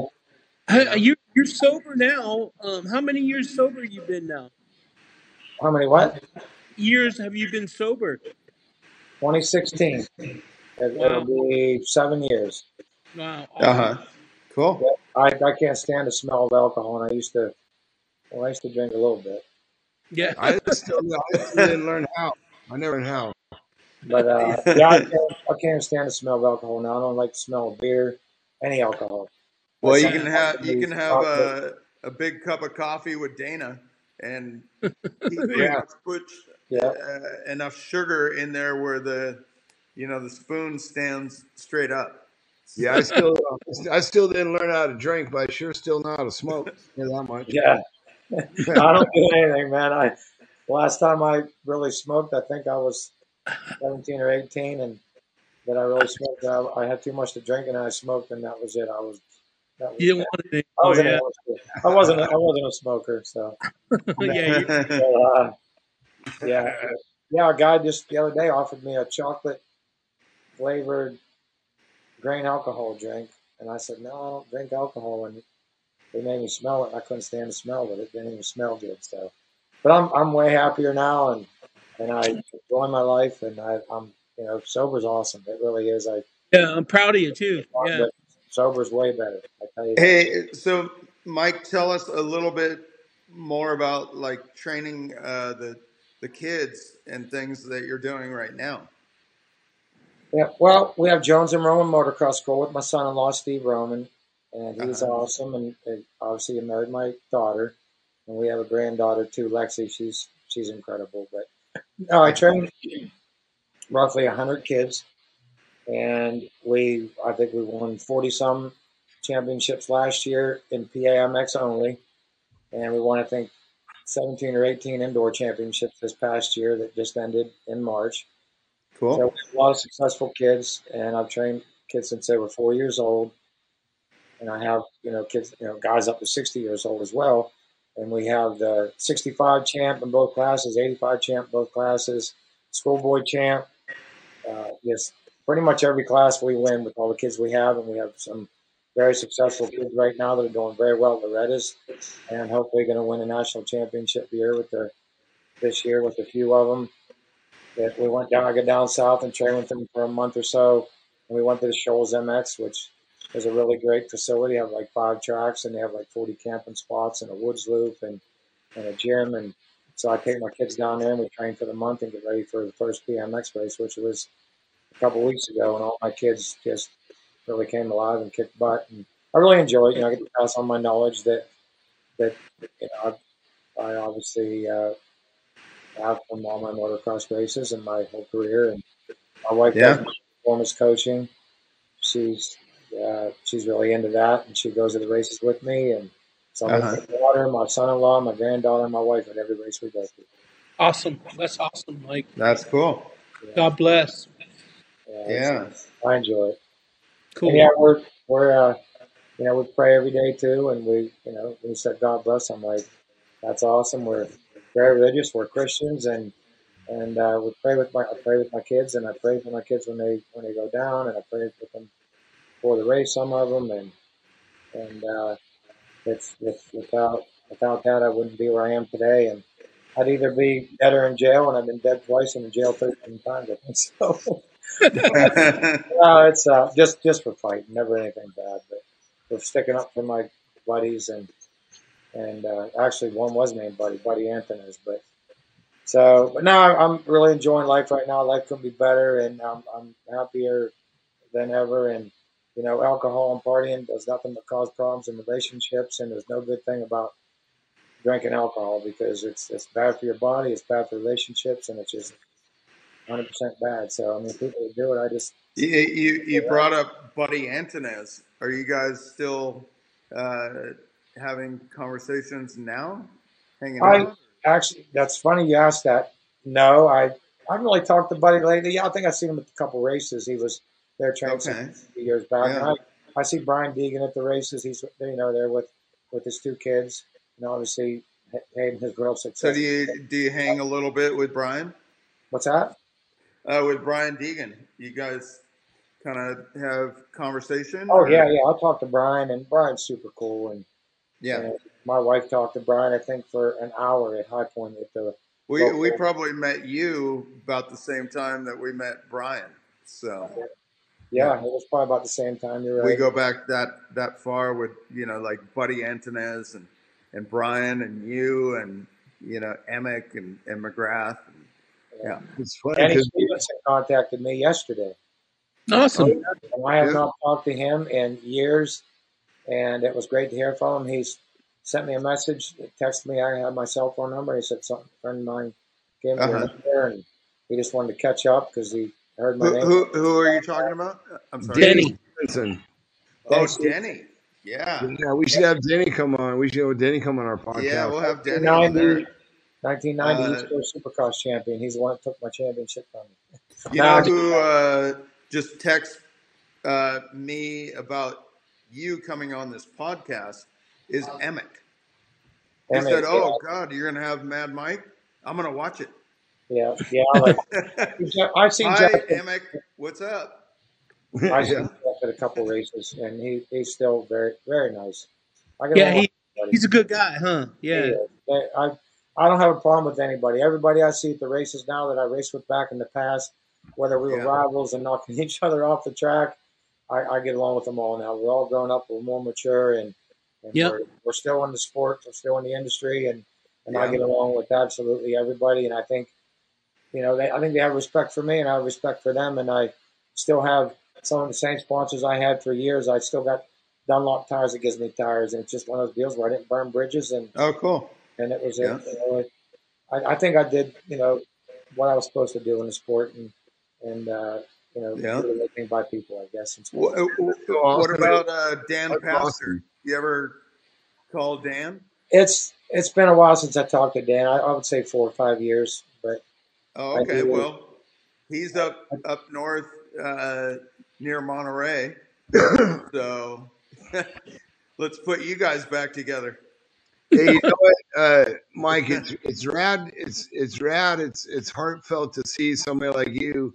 [SPEAKER 2] Hey, You you're sober now. Um, how many years sober you been now?
[SPEAKER 4] How many? What?
[SPEAKER 2] Years have you been sober?
[SPEAKER 4] 2016. It, will
[SPEAKER 2] Wow.
[SPEAKER 4] be seven years.
[SPEAKER 2] Wow.
[SPEAKER 1] Uh
[SPEAKER 2] Awesome.
[SPEAKER 1] huh. Cool.
[SPEAKER 4] Yep. I I can't stand the smell of alcohol, and I used to well, I used to drink a little bit,
[SPEAKER 2] Yeah.
[SPEAKER 3] I still, I still didn't learn how. I never learned how.
[SPEAKER 4] but uh,
[SPEAKER 2] *laughs*
[SPEAKER 4] yeah, I can't, I can't stand the smell of alcohol now. I don't like the smell of beer, any alcohol.
[SPEAKER 1] Well, you
[SPEAKER 2] Yeah.
[SPEAKER 1] can have you can have
[SPEAKER 4] chocolate.
[SPEAKER 1] a, a big cup of coffee with Dana, and
[SPEAKER 2] *laughs*
[SPEAKER 1] he pretty
[SPEAKER 3] Yeah.
[SPEAKER 1] much puts
[SPEAKER 4] Yeah,
[SPEAKER 1] uh, enough sugar in there where the you know the spoon stands straight up.
[SPEAKER 3] Yeah, I still, uh, I still didn't learn how to drink, but I sure still know how to smoke. Yeah, that much.
[SPEAKER 4] yeah. *laughs* I don't do anything, man. I last time I really smoked, I think I was 17 or 18, and that I really smoked. I, I had too much to drink, and I smoked, and that was it. I was that was
[SPEAKER 2] You didn't
[SPEAKER 4] it.
[SPEAKER 2] want to.
[SPEAKER 4] I
[SPEAKER 2] Oh
[SPEAKER 4] wasn't.
[SPEAKER 2] yeah.
[SPEAKER 4] I wasn't. I wasn't a smoker, so.
[SPEAKER 2] *laughs*
[SPEAKER 1] *laughs*
[SPEAKER 2] yeah. You,
[SPEAKER 4] But, uh, yeah, yeah. A guy just the other day offered me a chocolate flavored grain alcohol drink, and I said, "No, I don't drink alcohol." And they made me smell it. and I couldn't stand the smell of it. It didn't even smell good. So, but I'm I'm way happier now, and and I enjoy my life, and I, I'm you know sober's awesome. It really is. I
[SPEAKER 2] yeah. I'm proud of you too. Yeah.
[SPEAKER 4] but sober's way better. I tell you that.
[SPEAKER 1] Hey, so Mike, tell us a little bit more about like training uh, the the kids and things that you're doing right now.
[SPEAKER 4] Yeah. Well, we have Jones and Roman Motocross School with my son-in-law Steve Roman, and he's
[SPEAKER 1] Uh-huh.
[SPEAKER 4] awesome. And, and obviously, he married my daughter, and we have a granddaughter too, Lexi. She's she's incredible. But no, I train roughly hundred kids. and we I think we won 40 some championships last year in PAMX only, and we won I think 17 or 18 indoor championships this past year that just ended in March. So we
[SPEAKER 1] Cool.
[SPEAKER 4] have a lot of successful kids, and I've trained kids since they were four years old, and I have you know kids you know guys up to 60 years old as well. And we have the 65 champ in both classes, 85 champ in both classes, schoolboy champ, uh, yes, pretty much every class we win with all the kids we have, and we have some very successful kids right now that are doing very well at Loretta's, and hopefully going to win a national championship here with the this year with a few of them. That we went down, I got down south and trained with them for a month or so, and we went to the Shoals MX, which is a really great facility. They have like five tracks, and they have like 40 camping spots, and a woods loop, and and a gym. And so I take my kids down there, and we train for the month and get ready for the first PMX race, which was a couple weeks ago, and all my kids just really came alive and kicked butt. And I really enjoy it. You know, I get to pass on my knowledge that that you know I, I obviously uh, have from all my motocross races and my whole career. And my wife does
[SPEAKER 1] Yeah.
[SPEAKER 4] performance coaching. She's uh, she's really into that, and she goes to the races with me. And so I'm
[SPEAKER 1] Uh-huh.
[SPEAKER 4] with my daughter, my son-in-law, my granddaughter, and my wife at every race we go to.
[SPEAKER 2] Awesome. That's awesome, Mike.
[SPEAKER 1] That's cool.
[SPEAKER 4] Yeah,
[SPEAKER 2] God bless.
[SPEAKER 4] yeah, it's,
[SPEAKER 1] Yeah.
[SPEAKER 4] I enjoy it. And yeah,
[SPEAKER 2] Cool.
[SPEAKER 4] we're we're. Uh, you know, we pray every day too, and we, you know, we said, God bless. I'm like, that's awesome. We're very religious. We're Christians, and and uh, we pray with my I pray with my kids, and I pray for my kids when they when they go down, and I pray with them for the race, some of them, and and uh, it's, it's without without that I wouldn't be where I am today, and I'd either be dead or in jail, and I've been dead twice and in jail thirteen times. I think *laughs* so. No, it's uh, just just for fighting, never anything bad, but for sticking up for my buddies and and uh, actually one was named Buddy, Buddy Anthony's. But so, but now I'm really enjoying life right now. Life couldn't be better, and I'm, I'm happier than ever. And you know, alcohol and partying does nothing but cause problems in relationships, and there's no good thing about drinking alcohol because it's it's bad for your body, it's bad for relationships, and it's just 100% bad. So I mean, people that do it, I just
[SPEAKER 1] you, you you brought up Buddy Antonez. Are you guys still uh, having conversations now? Hanging
[SPEAKER 4] I
[SPEAKER 1] out?
[SPEAKER 4] actually, that's funny you asked that. No, I I haven't really talked to Buddy lately. Yeah, I think I've seen him at a couple races. He was there training some
[SPEAKER 1] Okay.
[SPEAKER 4] few years back. And
[SPEAKER 1] Yeah.
[SPEAKER 4] I, I see Brian Deegan at the races. He's you know there with with his two kids, and obviously Hayden has real
[SPEAKER 1] So
[SPEAKER 4] success.
[SPEAKER 1] do you do you hang a little bit with Brian?
[SPEAKER 4] What's that?
[SPEAKER 1] Uh, with Brian Deegan, you guys kind of have conversation.
[SPEAKER 4] Oh
[SPEAKER 1] or-
[SPEAKER 4] yeah, yeah. I talked to Brian, and Brian's super cool. And
[SPEAKER 1] yeah.
[SPEAKER 4] and my wife talked to Brian, I think, for an hour at High Point at the
[SPEAKER 1] We we
[SPEAKER 4] local-
[SPEAKER 1] probably met you about the same time that we met Brian. So
[SPEAKER 4] Yeah, it was probably about the same time. You're right.
[SPEAKER 1] we go back that that far with you know like Buddy Antonez and and Brian and you and you know Emick and, and McGrath.
[SPEAKER 3] It's funny
[SPEAKER 4] Eddie
[SPEAKER 3] because
[SPEAKER 4] Stevenson contacted me yesterday,
[SPEAKER 2] Awesome.
[SPEAKER 4] and I have
[SPEAKER 1] Yeah.
[SPEAKER 4] not talked to him in years. And it was great to hear from him. He's sent me a message, texted me. I had my cell phone number. He said something. A friend of mine gave me a
[SPEAKER 1] Uh-huh.
[SPEAKER 4] number, and he just wanted to catch up because he heard my
[SPEAKER 1] Who,
[SPEAKER 4] name.
[SPEAKER 1] who who are you talking about? I'm sorry.
[SPEAKER 2] Denny.
[SPEAKER 3] Stevenson.
[SPEAKER 1] Oh,
[SPEAKER 4] Denny.
[SPEAKER 1] Denny. Yeah.
[SPEAKER 3] Yeah, we should have Denny come on. We should have Denny come on our podcast.
[SPEAKER 1] Yeah, we'll have Denny on
[SPEAKER 4] 90,
[SPEAKER 1] there.
[SPEAKER 4] 1990,
[SPEAKER 1] Uh,
[SPEAKER 4] he's the Supercross champion. He's the one that took my championship from me.
[SPEAKER 1] You know
[SPEAKER 4] Nah,
[SPEAKER 1] who uh, just text uh, me about you coming on this podcast is Emick. He
[SPEAKER 4] Emmett,
[SPEAKER 1] said, "Oh God, you're gonna have Mad Mike. I'm gonna watch it."
[SPEAKER 4] yeah, yeah, yeah.
[SPEAKER 1] *laughs*
[SPEAKER 4] I like, I've seen
[SPEAKER 1] Hi,
[SPEAKER 4] Jeff.
[SPEAKER 1] Emick. What's up?
[SPEAKER 3] *laughs*
[SPEAKER 1] *laughs* Yeah.
[SPEAKER 4] I've seen Jeff at a couple races, and he, he's still very very nice. I get
[SPEAKER 2] Yeah,
[SPEAKER 4] along
[SPEAKER 2] he,
[SPEAKER 4] with
[SPEAKER 2] he's a good guy, huh?
[SPEAKER 4] everybody.
[SPEAKER 2] Yeah.
[SPEAKER 4] He is. I I don't have a problem with anybody. Everybody I see at the races now that I raced with back in the past, whether we were
[SPEAKER 1] Yeah.
[SPEAKER 4] rivals and knocking *laughs* each other off the track, I, I get along with them all now. We're all grown up. We're more mature, and, and
[SPEAKER 2] Yep.
[SPEAKER 4] we're, we're still in the sport. We're still in the industry, and and I
[SPEAKER 1] Yeah.
[SPEAKER 4] get along with absolutely everybody. And I think, you know, they I think they have respect for me, and I have respect for them. And I still have some of the same sponsors I had for years. I still got Dunlop tires that gives me tires, and it's just one of those deals where I didn't burn bridges, and
[SPEAKER 1] Oh, cool.
[SPEAKER 4] and it was
[SPEAKER 1] Yeah.
[SPEAKER 4] it. You know, it I, I think I did, you know, what I was supposed to do in the sport, and and uh, you know,
[SPEAKER 1] Yeah.
[SPEAKER 4] do the right thing by people, I guess. And
[SPEAKER 1] What, uh, what about uh, Dan
[SPEAKER 3] Mike
[SPEAKER 1] Pastor?
[SPEAKER 3] Lawson.
[SPEAKER 1] You ever call Dan?
[SPEAKER 4] It's it's been a while since I talked to Dan. I, I would say four or five years, but
[SPEAKER 1] Oh,
[SPEAKER 4] I
[SPEAKER 1] okay.
[SPEAKER 4] do.
[SPEAKER 1] Well, he's up up north uh, near
[SPEAKER 4] *coughs*
[SPEAKER 1] Monterey, so *laughs* let's put you guys back together.
[SPEAKER 3] Hey, you know what, uh, Mike? It's it's rad. It's it's rad. It's it's heartfelt to see somebody like you,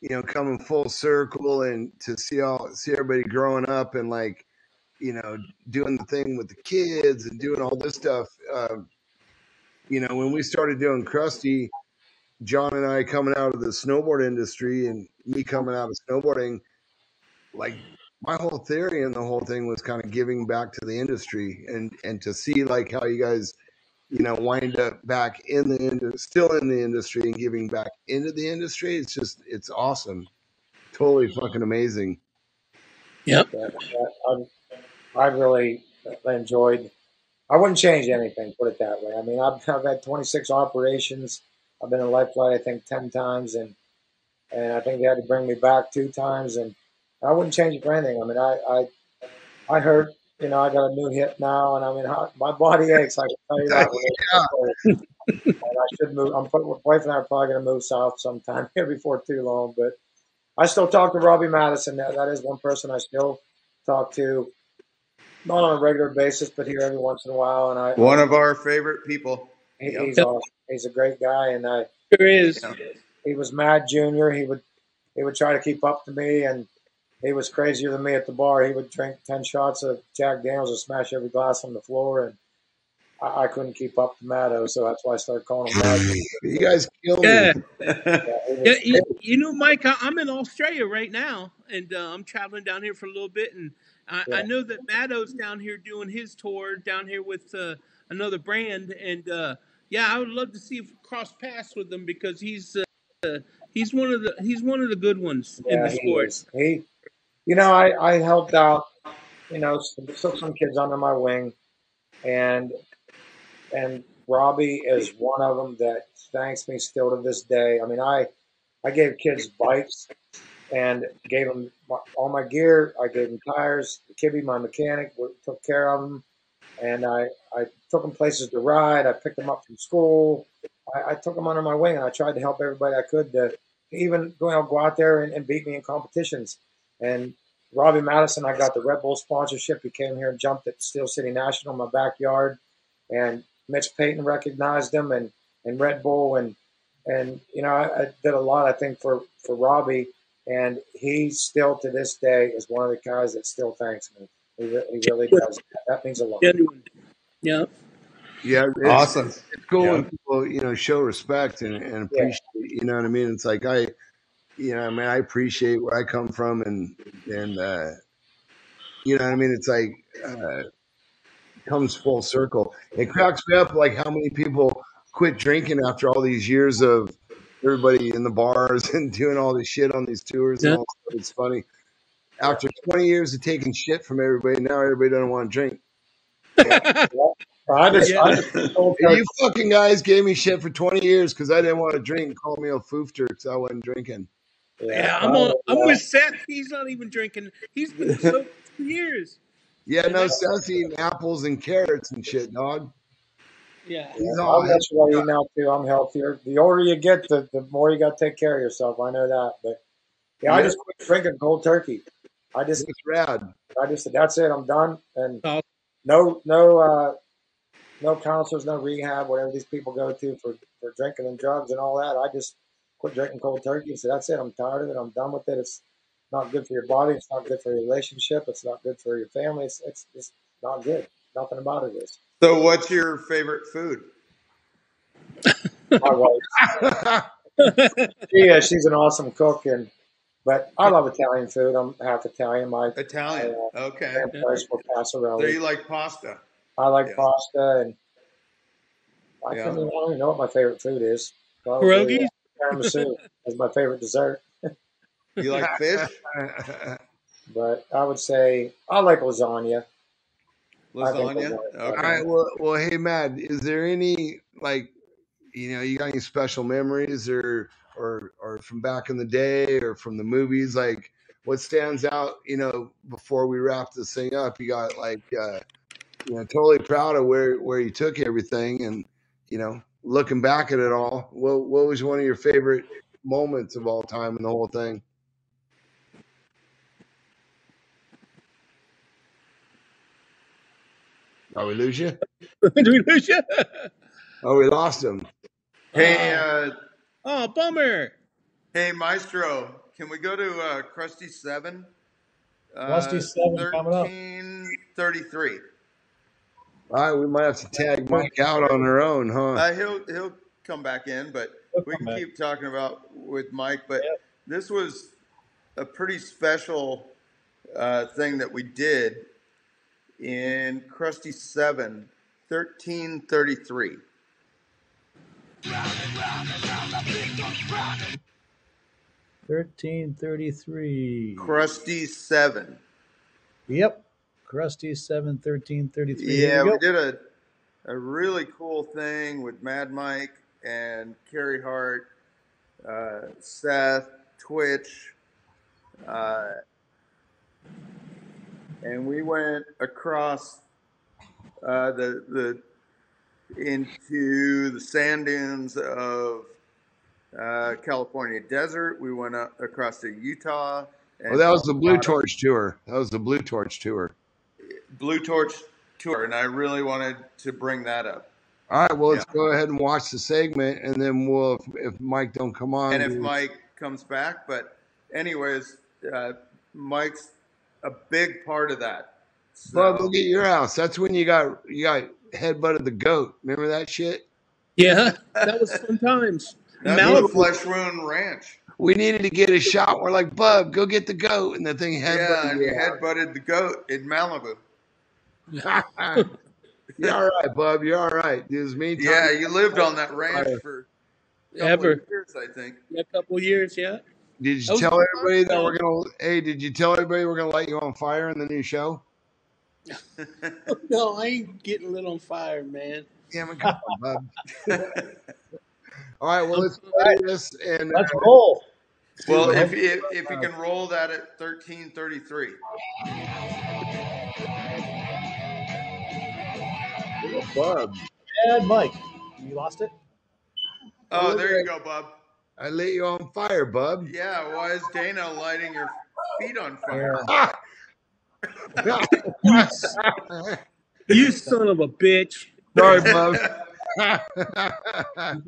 [SPEAKER 3] you know, coming full circle and to see all see everybody growing up and like, you know, doing the thing with the kids and doing all this stuff. Um, you know, when we started doing Krusty, John and I coming out of the snowboard industry and me coming out of snowboarding, like my whole theory and the whole thing was kind of giving back to the industry and and to see like how you guys you know wind up back in the ind- still in the industry and giving back into the industry it's just it's awesome totally fucking amazing
[SPEAKER 2] Yep.
[SPEAKER 4] uh, I, I I really enjoyed. I wouldn't change anything. Put it that way. I mean, I've, I've had 26 operations. I've been in life flight, I think, 10 times, and and I think they had to bring me back two times, and I wouldn't change it for anything. I mean, I I, I hurt. You know, I got a new hip now, and I mean, I, my body aches. I can tell you that. When it's- and I should move. I'm putting, my wife and I are probably going to move south sometime *laughs* here before too long. But I still talk to Robbie Madison. That, that is one person I still talk to, not on a regular basis, but here every once in a while. And I,
[SPEAKER 1] One of our favorite people. *laughs*
[SPEAKER 4] he,
[SPEAKER 1] Yeah.
[SPEAKER 4] he's awesome. He's a great guy, and I
[SPEAKER 2] Sure is.
[SPEAKER 1] Yeah.
[SPEAKER 4] he was mad junior. He would he would try to keep up to me, and he was crazier than me at the bar. He would drink ten shots of Jack Daniels and smash every glass on the floor, and I, I couldn't keep up to Maddo, so that's why I started calling him Mad.
[SPEAKER 3] you guys kill me
[SPEAKER 2] Yeah.
[SPEAKER 4] Yeah, he was-
[SPEAKER 2] yeah you, you know, Mike, I, I'm in Australia right now, and uh, I'm traveling down here for a little bit, and I,
[SPEAKER 4] Yeah.
[SPEAKER 2] I know that Maddo's down here doing his tour down here with uh, another brand, and uh, yeah, I would love to see if we cross paths with him because he's uh, he's one of the he's one of the good ones in
[SPEAKER 4] yeah,
[SPEAKER 2] the
[SPEAKER 4] he
[SPEAKER 2] sport.
[SPEAKER 4] was. He, you know, I, I helped out, you know, some, took some kids under my wing, and and Robbie is one of them that thanks me still to this day. I mean, I I gave kids bikes and gave them my, all my gear. I gave them tires. Kibby, my mechanic, w- took care of them, and I I took them places to ride. I picked them up from school. I, I took them under my wing, and I tried to help everybody I could to even go out, go out there and, and beat me in competitions. And Robbie Madison, I got the Red Bull sponsorship. He came here and jumped at Steel City National in my backyard, and Mitch Payton recognized him, and and Red Bull, and and you know I, I did a lot I think for for Robbie, and he still to this day is one of the guys that still thanks me. He, re- he really does. That means a lot.
[SPEAKER 2] Genuine. Yeah.
[SPEAKER 3] Yeah, it's,
[SPEAKER 1] Awesome.
[SPEAKER 3] it's cool
[SPEAKER 1] Yeah.
[SPEAKER 3] when people you know show respect and, and appreciate. You know what I mean? It's like I, you know, I mean, I appreciate where I come from, and and uh, you know what I mean. It's like uh, comes full circle. It cracks me up like how many people quit drinking after all these years of everybody in the bars *laughs* and doing all this shit on these tours and all. That stuff. It's funny. After 20 years of taking shit from everybody, now everybody doesn't want to drink.
[SPEAKER 4] Well, I just, I just told
[SPEAKER 3] And
[SPEAKER 4] Coach
[SPEAKER 3] you fucking guys gave me shit for 20 years because I didn't want to drink. Call me a foofter because I wasn't drinking.
[SPEAKER 2] Yeah, Oh, I'm on. I'm with Seth. He's not even drinking. He's been sober for two years.
[SPEAKER 3] Yeah, no, Seth's eating apples and carrots and shit, dog.
[SPEAKER 2] Yeah.
[SPEAKER 3] He's
[SPEAKER 4] I'll
[SPEAKER 3] all
[SPEAKER 4] let
[SPEAKER 3] healthy.
[SPEAKER 4] you know you now too. I'm healthier. The older you get, the, the more you got to take care of yourself. I know that, but yeah, I
[SPEAKER 3] Yeah.
[SPEAKER 4] just quit drinking cold turkey. I
[SPEAKER 3] It's
[SPEAKER 4] just,
[SPEAKER 3] rad.
[SPEAKER 4] I just said that's it. I'm done. And
[SPEAKER 2] Oh.
[SPEAKER 4] no, no, uh, no counselors, no rehab, whatever these people go to for for drinking and drugs and all that. I just quit drinking cold turkey and said that's it. I'm tired of it. I'm done with it. It's not good for your body. It's not good for your relationship. It's not good for your family. It's it's, it's not good. Nothing about it is.
[SPEAKER 1] So, what's your favorite food?
[SPEAKER 4] My wife.
[SPEAKER 1] *laughs*
[SPEAKER 4] She is. She's an awesome cook, and but I love Italian food. I'm half Italian. My
[SPEAKER 1] Italian.
[SPEAKER 4] uh,
[SPEAKER 1] Okay.
[SPEAKER 4] grandparents were
[SPEAKER 1] So
[SPEAKER 4] passarelli.
[SPEAKER 1] you like pasta?
[SPEAKER 4] I like
[SPEAKER 1] Yeah.
[SPEAKER 4] pasta, and I,
[SPEAKER 1] Yeah.
[SPEAKER 4] couldn't even, I don't even know what my favorite food is. Probably
[SPEAKER 2] Pierogies.
[SPEAKER 4] uh, tiramisu is my favorite dessert.
[SPEAKER 1] You like
[SPEAKER 4] *laughs*
[SPEAKER 1] fish?
[SPEAKER 4] But I would say I like lasagna. I think
[SPEAKER 1] Lasagna?
[SPEAKER 3] all
[SPEAKER 1] Okay.
[SPEAKER 3] right. Well, well, hey, Matt, is there any, like, you know, you got any special memories or, or, or from back in the day or from the movies? Like, what stands out, you know, before we wrap this thing up? You got, like, uh, you know, totally proud of where where you took everything, and you know, looking back at it all, what what was one of your favorite moments of all time in the whole thing? Oh, we lose you?
[SPEAKER 2] Did we lose you?
[SPEAKER 3] Oh, we lost him.
[SPEAKER 1] Hey, uh,
[SPEAKER 2] Oh, bummer.
[SPEAKER 1] hey, Maestro, can we go to uh, Krusty Uh, 7?
[SPEAKER 5] Rusty Seven coming up.
[SPEAKER 1] 1333.
[SPEAKER 3] All right, we might have to tag Mike out on our own, huh?
[SPEAKER 1] Uh, he'll he'll come back in, but
[SPEAKER 5] He'll
[SPEAKER 1] we
[SPEAKER 5] come
[SPEAKER 1] can
[SPEAKER 5] back.
[SPEAKER 1] keep talking about with Mike. But
[SPEAKER 5] Yeah.
[SPEAKER 1] this was a pretty special uh, thing that we did in Krusty 7, 1333.
[SPEAKER 5] Thirteen thirty-three.
[SPEAKER 1] Krusty 7.
[SPEAKER 5] Yep. Krusty seven thirteen thirty-three. Here
[SPEAKER 1] Yeah,
[SPEAKER 5] we
[SPEAKER 1] we
[SPEAKER 5] go.
[SPEAKER 1] did a, a really cool thing with Mad Mike and Carrie Hart, uh, Seth, Twitch, uh, and we went across uh, the the into the sand dunes of uh, California desert. We went up across to Utah
[SPEAKER 3] Well,
[SPEAKER 1] and
[SPEAKER 3] Oh, that was the Blue
[SPEAKER 1] Colorado.
[SPEAKER 3] Torch tour. That was the Blue Torch tour.
[SPEAKER 1] Blue Torch tour, and I really wanted to bring that up.
[SPEAKER 3] All right, well,
[SPEAKER 1] Yeah,
[SPEAKER 3] let's go ahead and watch the segment, and then we'll if, if Mike don't come on,
[SPEAKER 1] and if
[SPEAKER 3] we'll-
[SPEAKER 1] Mike comes back. But, anyways, uh, Mike's a big part of that.
[SPEAKER 3] bub,
[SPEAKER 1] So
[SPEAKER 3] look at your house. That's when you got you got headbutted the goat. Remember that shit?
[SPEAKER 2] Yeah, *laughs* that was fun times.
[SPEAKER 1] that's the
[SPEAKER 2] Malibu.
[SPEAKER 1] Flesh Wound Ranch.
[SPEAKER 3] we needed to get a shot. We're like, Bub, go get the goat. And the thing
[SPEAKER 1] Yeah, and you
[SPEAKER 3] *laughs* headbutted
[SPEAKER 1] headbutted the goat in Malibu.
[SPEAKER 3] you. you're all right, Bub. You're all right. Dude, It was me, Tommy.
[SPEAKER 1] Yeah, you lived on that ranch for a couple of
[SPEAKER 2] Ever.
[SPEAKER 1] years, I think. *laughs*
[SPEAKER 2] A couple years. Yeah.
[SPEAKER 3] Did you
[SPEAKER 2] Those
[SPEAKER 3] tell
[SPEAKER 2] were
[SPEAKER 3] everybody that
[SPEAKER 2] fun
[SPEAKER 3] we're gonna? Hey, did you tell everybody we're gonna light you on fire in the new show?
[SPEAKER 2] times. *laughs* No, I ain't getting lit on fire, man.
[SPEAKER 3] Damn it, come on, Bub. All right, well,
[SPEAKER 2] I'm
[SPEAKER 3] let's play this and uh,
[SPEAKER 5] Let's roll.
[SPEAKER 1] well, uh,
[SPEAKER 3] we'll
[SPEAKER 1] if,
[SPEAKER 3] hope-
[SPEAKER 1] if if you can roll that at thirteen thirty three,
[SPEAKER 3] oh, Bub.
[SPEAKER 5] Bad Mike. You lost it?
[SPEAKER 1] oh, there you go, Bob.
[SPEAKER 3] I lit you on fire, Bub. *laughs*
[SPEAKER 1] Yeah, why is Dana lighting your feet on fire?
[SPEAKER 2] You, you son of a bitch.
[SPEAKER 1] *laughs*
[SPEAKER 3] Sorry, Bub.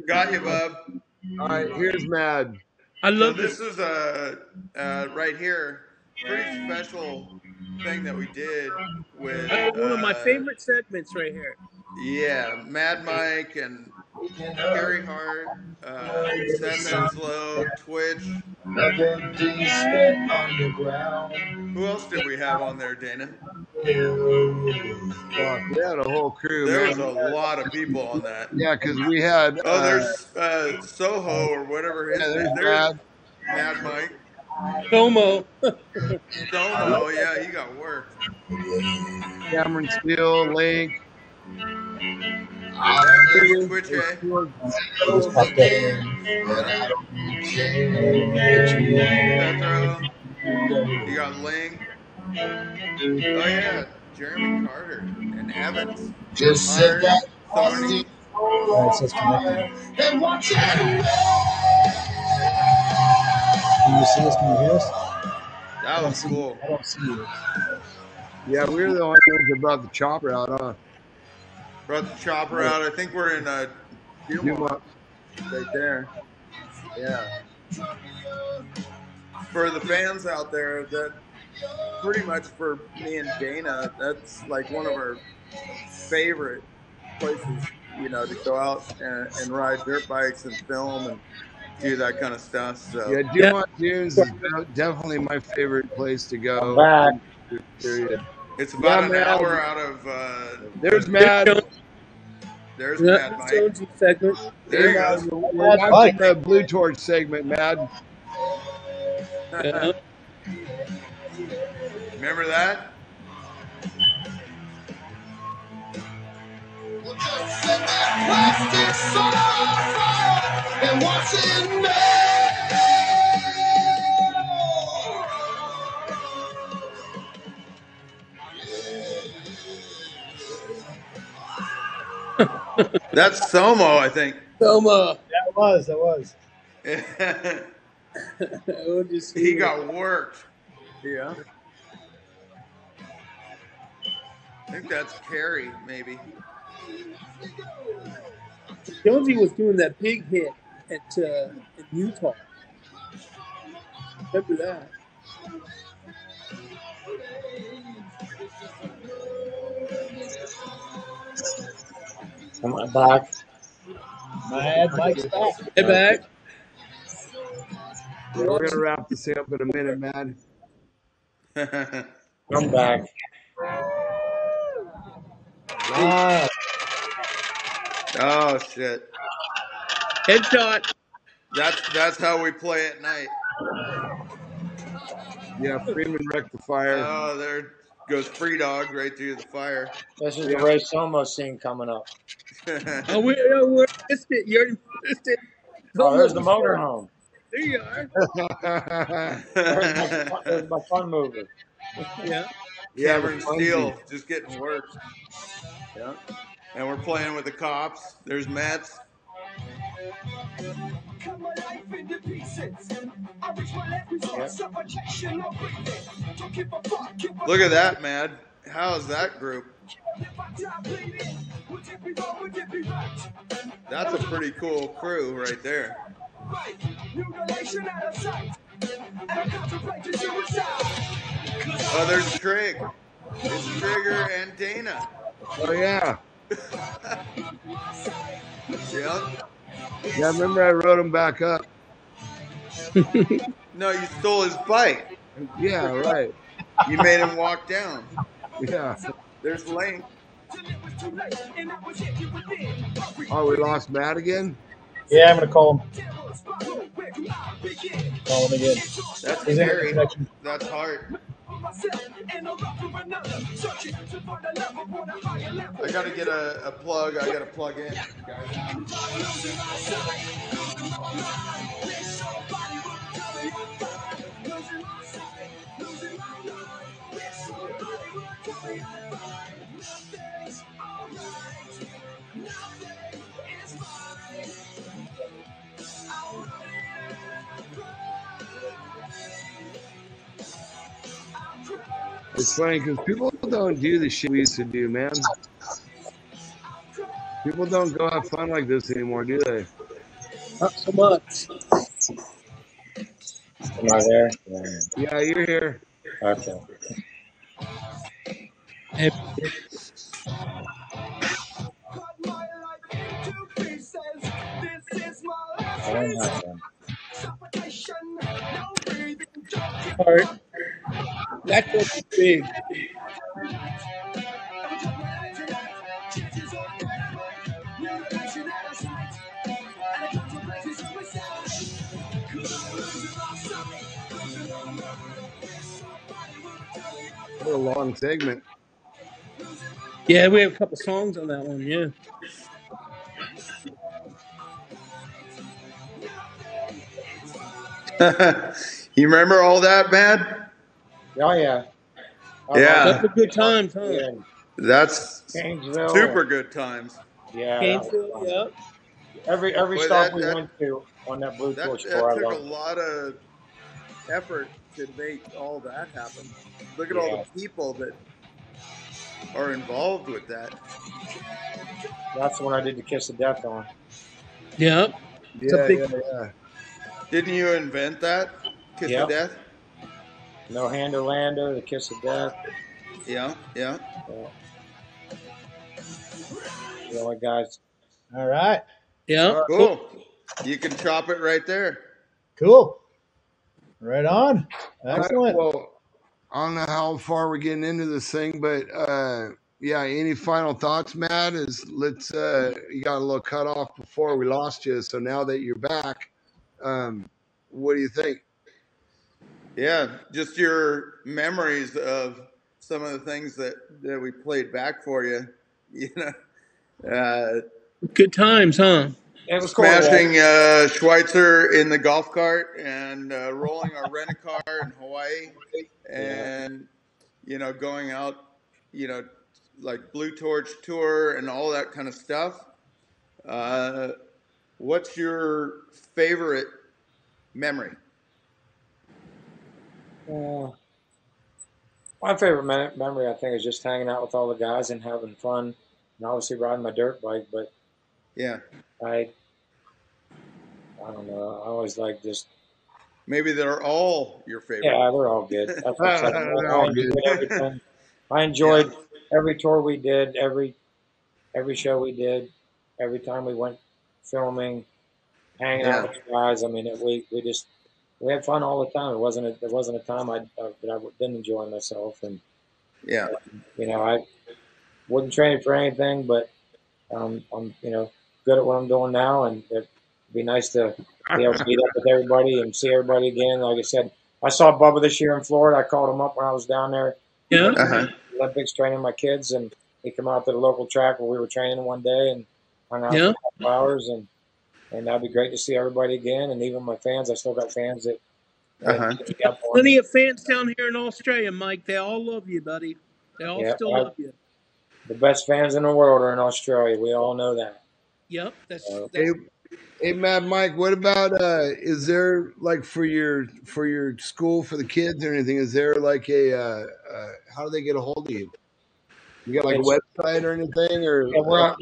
[SPEAKER 1] Got you, bub.
[SPEAKER 3] All right, here's Mad.
[SPEAKER 2] I
[SPEAKER 1] So
[SPEAKER 2] love
[SPEAKER 1] this
[SPEAKER 2] this.
[SPEAKER 1] is a uh, right here, pretty special thing that we did with
[SPEAKER 2] Oh, one of my
[SPEAKER 1] uh,
[SPEAKER 2] favorite segments right here.
[SPEAKER 1] Yeah, Mad Mike and Harry Hart, uh, Sam Henslow, Twitch. Who else did we have on there, Dana?
[SPEAKER 3] Fuck, we had a whole crew.
[SPEAKER 1] There
[SPEAKER 3] man.
[SPEAKER 1] was a lot of people on that.
[SPEAKER 3] Yeah, because we had.
[SPEAKER 1] Oh,
[SPEAKER 3] uh,
[SPEAKER 1] there's uh, Soho or whatever his
[SPEAKER 3] yeah, there's
[SPEAKER 1] name. There's
[SPEAKER 3] Mad.
[SPEAKER 1] Mad Mike.
[SPEAKER 2] Domo.
[SPEAKER 1] Domo, yeah, he got worked.
[SPEAKER 3] Cameron Steele, Link.
[SPEAKER 1] Yep, there's
[SPEAKER 3] There's
[SPEAKER 1] Twitch A.
[SPEAKER 3] Stuart,
[SPEAKER 1] Yep, Petro. You got Ling. Oh yeah, Jeremy Carter and Evans, Hunter, Thorny.
[SPEAKER 4] Alright, so it's connected. Can you see us? Can you hear us?
[SPEAKER 1] That
[SPEAKER 4] I don't
[SPEAKER 1] was
[SPEAKER 4] see.
[SPEAKER 1] cool.
[SPEAKER 4] I don't see you.
[SPEAKER 3] Yeah, we were the only ones that brought the chopper out, huh?
[SPEAKER 1] Brought the chopper out. I think we're in uh, a Dumont
[SPEAKER 3] Dumont.
[SPEAKER 1] right there. Yeah. For the fans out there, that pretty much for me and Dana, that's like one of our favorite places, you know, to go out and, and ride dirt bikes and film and do that kind of stuff. So
[SPEAKER 3] Yeah, Dumont Dunes is de- definitely my favorite place to
[SPEAKER 4] I'm
[SPEAKER 3] go.
[SPEAKER 4] back.
[SPEAKER 3] Period.
[SPEAKER 1] it's
[SPEAKER 3] Yeah,
[SPEAKER 1] about an
[SPEAKER 3] Mad.
[SPEAKER 1] hour out of. Uh,
[SPEAKER 3] There's
[SPEAKER 2] There's
[SPEAKER 3] Mad.
[SPEAKER 2] Jones.
[SPEAKER 1] there's
[SPEAKER 2] Yeah,
[SPEAKER 1] Mad
[SPEAKER 2] there's
[SPEAKER 1] Mike.
[SPEAKER 2] Jones' *laughs* segment.
[SPEAKER 1] There
[SPEAKER 3] Hey,
[SPEAKER 1] you
[SPEAKER 3] Mad,
[SPEAKER 1] go.
[SPEAKER 3] we're
[SPEAKER 5] Mad
[SPEAKER 3] back
[SPEAKER 5] Mike.
[SPEAKER 3] to the Blue Torch segment, Mad.
[SPEAKER 2] Yeah.
[SPEAKER 1] Remember that? That's Somo, I think.
[SPEAKER 2] Domo.
[SPEAKER 5] That was, that was.
[SPEAKER 1] *laughs*
[SPEAKER 2] *laughs* We'll just
[SPEAKER 1] he
[SPEAKER 2] leave it
[SPEAKER 1] got
[SPEAKER 2] at
[SPEAKER 1] worked.
[SPEAKER 2] that.
[SPEAKER 1] I think that's Carrie, maybe. *laughs*
[SPEAKER 2] Jonesy was doing that big hit at uh, in Utah. Remember that?
[SPEAKER 4] Am I back?
[SPEAKER 5] Mad Mike's back.
[SPEAKER 2] Hey, back.
[SPEAKER 3] Yeah, we're gonna wrap this up in a minute, Mad.
[SPEAKER 4] I'm back.
[SPEAKER 5] Live.
[SPEAKER 1] oh shit.
[SPEAKER 2] Headshot.
[SPEAKER 1] That's that's how we play at night.
[SPEAKER 3] Yeah, Freeman Rectifier.
[SPEAKER 1] Oh, there goes Free Dog right through the fire. *laughs*
[SPEAKER 4] This is the
[SPEAKER 3] Yeah,
[SPEAKER 4] Ray Somo scene coming up.
[SPEAKER 2] Oh, we, oh, we missed it. You already missed it.
[SPEAKER 4] Oh,
[SPEAKER 2] Domo
[SPEAKER 4] there's the
[SPEAKER 2] was there.
[SPEAKER 4] motorhome.
[SPEAKER 2] There you are.
[SPEAKER 1] Oh.
[SPEAKER 4] There's my fun- there's my fun mover.
[SPEAKER 1] *laughs*
[SPEAKER 2] Yeah.
[SPEAKER 3] yeah, the
[SPEAKER 1] Cameron
[SPEAKER 3] Fonzie.
[SPEAKER 1] Steele just getting worked. Yeah. And we're playing with the cops. There's Mets.
[SPEAKER 4] Yep.
[SPEAKER 1] Look at that, Mad. How's that group? That's a pretty cool crew right there. Oh, there's Trig. It's Trigger and Dana.
[SPEAKER 3] *laughs* Oh yeah,
[SPEAKER 1] Yep.
[SPEAKER 3] yeah. Remember, I rode him back up.
[SPEAKER 1] No, you stole his bike.
[SPEAKER 3] Yeah, right.
[SPEAKER 1] You made him walk down.
[SPEAKER 3] Yeah.
[SPEAKER 1] There's Link.
[SPEAKER 3] Oh, we lost Matt again.
[SPEAKER 5] Yeah, I'm going to call him. Call him again.
[SPEAKER 1] That's
[SPEAKER 5] His internet
[SPEAKER 1] Carrie.
[SPEAKER 5] connection.
[SPEAKER 1] That's Hart. I gotta get a, a plug. I gotta plug in, guys.
[SPEAKER 3] It's funny because people don't do the shit we used to do, man. People don't go have fun like this anymore, do they?
[SPEAKER 2] Not so much.
[SPEAKER 4] Am I there? Yeah.
[SPEAKER 3] Yeah, you're here.
[SPEAKER 4] Okay.
[SPEAKER 2] Hey,
[SPEAKER 4] I don't have them.
[SPEAKER 2] Art, that goes big.
[SPEAKER 3] What a long segment.
[SPEAKER 2] Yeah, we have a couple songs on that one. Yeah.
[SPEAKER 1] *laughs* you remember all that, man?
[SPEAKER 4] Oh yeah. I
[SPEAKER 1] Yeah.
[SPEAKER 2] Those were good times, huh?
[SPEAKER 4] Uh, yeah.
[SPEAKER 1] That's
[SPEAKER 4] Gainesville.
[SPEAKER 1] super good times.
[SPEAKER 4] Yeah, that was
[SPEAKER 2] Gainesville,
[SPEAKER 4] fun.
[SPEAKER 2] yeah.
[SPEAKER 4] Every every
[SPEAKER 1] Boy,
[SPEAKER 4] stop
[SPEAKER 1] that
[SPEAKER 4] we
[SPEAKER 1] that
[SPEAKER 4] went to on that Blue
[SPEAKER 1] that
[SPEAKER 4] Torch
[SPEAKER 1] that
[SPEAKER 4] tour, I
[SPEAKER 1] took a
[SPEAKER 4] loved.
[SPEAKER 1] lot of effort to make all that happen. Look at all
[SPEAKER 4] Yeah,
[SPEAKER 1] the people that are involved with that.
[SPEAKER 4] that's when I did the Kiss of Death on.
[SPEAKER 2] Yeah. It's a
[SPEAKER 3] Yeah,
[SPEAKER 2] big
[SPEAKER 3] yeah, yeah.
[SPEAKER 1] Didn't you invent that? Kiss of
[SPEAKER 4] Yep.
[SPEAKER 1] Death?
[SPEAKER 4] No Hand Orlando, the Kiss of Death.
[SPEAKER 1] Yeah, yeah.
[SPEAKER 4] Yeah. The only guys.
[SPEAKER 5] All right.
[SPEAKER 2] yeah.
[SPEAKER 3] All right.
[SPEAKER 2] Cool.
[SPEAKER 1] Cool. You can chop it right there.
[SPEAKER 5] Cool. Right on.
[SPEAKER 3] All right.
[SPEAKER 5] Excellent.
[SPEAKER 3] Well, I don't know how far we're getting into this thing, but uh yeah, any final thoughts, Matt? Is let's uh you got a little cut off before we lost you, so now that you're back, um, what do you think?
[SPEAKER 1] Yeah, just your memories of some of the things that, that we played back for you. *laughs* You know, uh,
[SPEAKER 2] Good times, huh?
[SPEAKER 4] It was cool to
[SPEAKER 1] smashing uh, Schweitzer in the golf cart and uh, rolling our rent a car in Hawaii
[SPEAKER 4] *laughs* Yeah.
[SPEAKER 1] and, you know, going out, you know, like Blue Torch Tour and all that kind of stuff. Uh, what's your favorite memory?
[SPEAKER 4] Uh, my favorite me- memory, I think, is just hanging out with all the guys and having fun, and obviously riding my dirt bike. But
[SPEAKER 1] Yeah.
[SPEAKER 4] I, I don't know. I always like just.
[SPEAKER 1] Maybe they're all your
[SPEAKER 4] Yeah,
[SPEAKER 1] favorite.
[SPEAKER 4] they're all good. That's what I'm saying.
[SPEAKER 3] They're
[SPEAKER 4] I, I
[SPEAKER 3] all good.
[SPEAKER 4] enjoyed everything. I
[SPEAKER 1] yeah.
[SPEAKER 4] enjoyed every tour we did, every every show we did, every time we went filming, hanging out
[SPEAKER 1] Yeah.
[SPEAKER 4] with the guys. I mean, it, we we just we had fun all the time. It wasn't a, there wasn't a time I uh, that I didn't enjoy myself, and
[SPEAKER 1] Yeah.
[SPEAKER 4] you know I wouldn't train for anything, but um, I'm you know good at what I'm doing now, and it'd be nice to be able to meet up with everybody and see everybody again. Like I said, I saw Bubba this year in Florida. I called him up when I was down there
[SPEAKER 2] Yeah.
[SPEAKER 1] Uh huh.
[SPEAKER 4] Olympics training my kids, and he came out to the local track where we were training one day and hung out for
[SPEAKER 2] Yeah.
[SPEAKER 4] a couple hours, and and that'd be great to see everybody again, and even my fans. I still got fans that I
[SPEAKER 1] Uh
[SPEAKER 4] didn't
[SPEAKER 1] huh.
[SPEAKER 4] pick up on.
[SPEAKER 2] Plenty of fans down here in Australia, Mike. They all love you, buddy. They all
[SPEAKER 4] Yeah,
[SPEAKER 2] still
[SPEAKER 4] I,
[SPEAKER 2] love you.
[SPEAKER 4] the best fans in the world are in Australia. We all know that.
[SPEAKER 2] Yep. That's
[SPEAKER 4] So,
[SPEAKER 3] Hey,
[SPEAKER 2] that's
[SPEAKER 3] hey, Matt, Mike, what about uh is there like for your for your school for the kids or anything, is there like a uh, uh how do they get a hold of you? You got like a
[SPEAKER 4] it's
[SPEAKER 3] website or anything or
[SPEAKER 4] yeah, we're on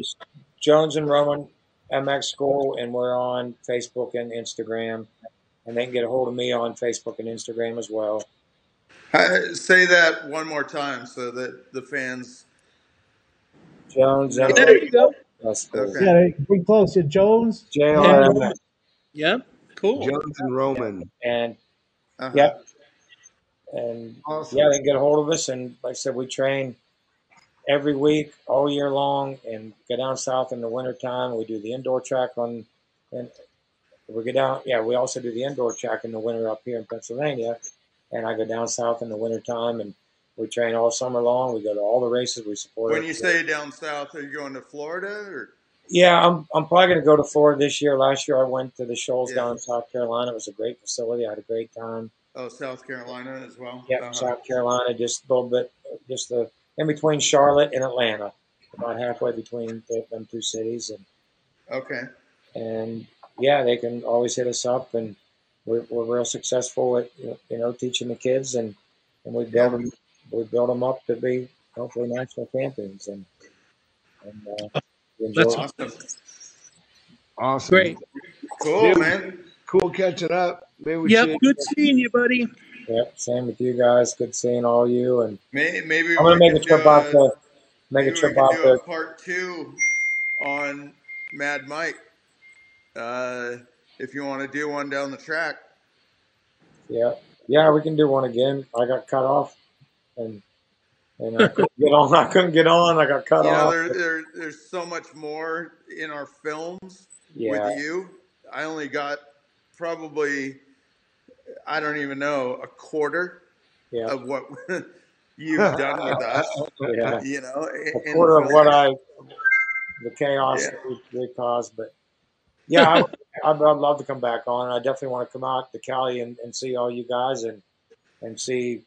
[SPEAKER 4] Jones and Rowan MX School, and we're on Facebook and Instagram, and they can get a hold of me on Facebook and Instagram as well.
[SPEAKER 1] Hi, say that one more time so that the fans
[SPEAKER 4] Jones
[SPEAKER 2] yeah.
[SPEAKER 4] and
[SPEAKER 1] know.
[SPEAKER 2] There
[SPEAKER 4] Rowan
[SPEAKER 2] you go.
[SPEAKER 4] MX School,
[SPEAKER 1] Okay.
[SPEAKER 5] Yeah, pretty close to Jones
[SPEAKER 2] And
[SPEAKER 5] and
[SPEAKER 4] JRMX,
[SPEAKER 2] Roman. Yep. Cool.
[SPEAKER 3] Jones and Roman?
[SPEAKER 4] and
[SPEAKER 1] Uh huh.
[SPEAKER 4] yeah, and yeah,
[SPEAKER 3] Awesome.
[SPEAKER 4] they can get a hold of us. And like I said, we train every week, all year long, and go down south in the wintertime. We do the indoor track on, and we go down. Yeah, we also do the indoor track in the winter up here in Pennsylvania, and I go down south in the wintertime, and we train all summer long. We go to all the races. We support
[SPEAKER 1] When
[SPEAKER 4] our
[SPEAKER 1] you
[SPEAKER 4] kids.
[SPEAKER 1] say down south, are you going to Florida or?
[SPEAKER 4] Yeah, I'm I'm probably going to go to Florida this year. Last year I went to the Shoals
[SPEAKER 1] Yeah.
[SPEAKER 4] down in South Carolina. It was a great facility. I had a great time.
[SPEAKER 1] Oh, South Carolina as well.
[SPEAKER 4] Yep,
[SPEAKER 1] Uh huh.
[SPEAKER 4] South Carolina, just a little bit, just the in between Charlotte and Atlanta, about halfway between the, them two cities, and
[SPEAKER 1] Okay.
[SPEAKER 4] and yeah, they can always hit us up, and we're, we're real successful at you know teaching the kids, and and we
[SPEAKER 1] Yeah.
[SPEAKER 4] build them we build them up to be hopefully national champions, and and uh, Enjoy.
[SPEAKER 2] That's
[SPEAKER 1] Awesome.
[SPEAKER 3] Awesome.
[SPEAKER 2] great.
[SPEAKER 1] Cool,
[SPEAKER 3] Dude.
[SPEAKER 1] man.
[SPEAKER 3] Cool catching up. Maybe we
[SPEAKER 2] Yep,
[SPEAKER 3] should.
[SPEAKER 2] good seeing you, buddy.
[SPEAKER 4] Yep, same with you guys. Good seeing all you. And
[SPEAKER 1] May- Maybe
[SPEAKER 4] I'm gonna
[SPEAKER 1] we
[SPEAKER 4] make a
[SPEAKER 1] could do
[SPEAKER 4] trip out
[SPEAKER 1] a,
[SPEAKER 4] to make a
[SPEAKER 1] maybe we
[SPEAKER 4] trip
[SPEAKER 1] could
[SPEAKER 4] out
[SPEAKER 1] do a
[SPEAKER 4] to
[SPEAKER 1] part two on Mad Mike. Uh, if you want to do one down the track.
[SPEAKER 4] yeah yeah we can do one again. I got cut off and and I couldn't get on. I couldn't get on. I got cut
[SPEAKER 1] You know,
[SPEAKER 4] off.
[SPEAKER 1] there, there, there's so much more in our films
[SPEAKER 4] Yeah
[SPEAKER 1] with you. I only got probably, I don't even know, a quarter
[SPEAKER 4] yeah
[SPEAKER 1] of what *laughs* you've done
[SPEAKER 4] *laughs*
[SPEAKER 1] with us.
[SPEAKER 4] yeah.
[SPEAKER 1] You know,
[SPEAKER 4] A
[SPEAKER 1] in, in
[SPEAKER 4] quarter of
[SPEAKER 1] *laughs* film.
[SPEAKER 4] what I the chaos
[SPEAKER 1] Yeah.
[SPEAKER 4] that we, we caused, but yeah, I, I'd, I'd love to come back on. I definitely want to come out to Cali and, and see all you guys and and see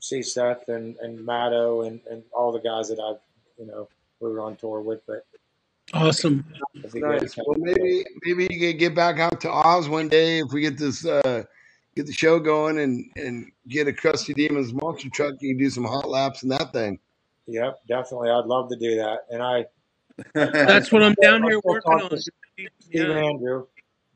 [SPEAKER 4] see Seth and and Matto and and all the guys that I've you know we were on tour with. But
[SPEAKER 2] Awesome.
[SPEAKER 4] it'd be great to
[SPEAKER 3] Nice.
[SPEAKER 4] come.
[SPEAKER 3] Well, maybe maybe you could get back out to Oz one day if we get this uh, get the show going and and get a Krusty Demons monster truck. You can do some hot laps and that thing.
[SPEAKER 4] Yep, definitely. I'd love to do that. And I
[SPEAKER 2] That's what I'm down
[SPEAKER 4] I'm
[SPEAKER 2] here
[SPEAKER 4] still
[SPEAKER 2] working
[SPEAKER 4] talking
[SPEAKER 2] on.
[SPEAKER 4] to Stephen
[SPEAKER 2] Yeah.
[SPEAKER 4] Andrew,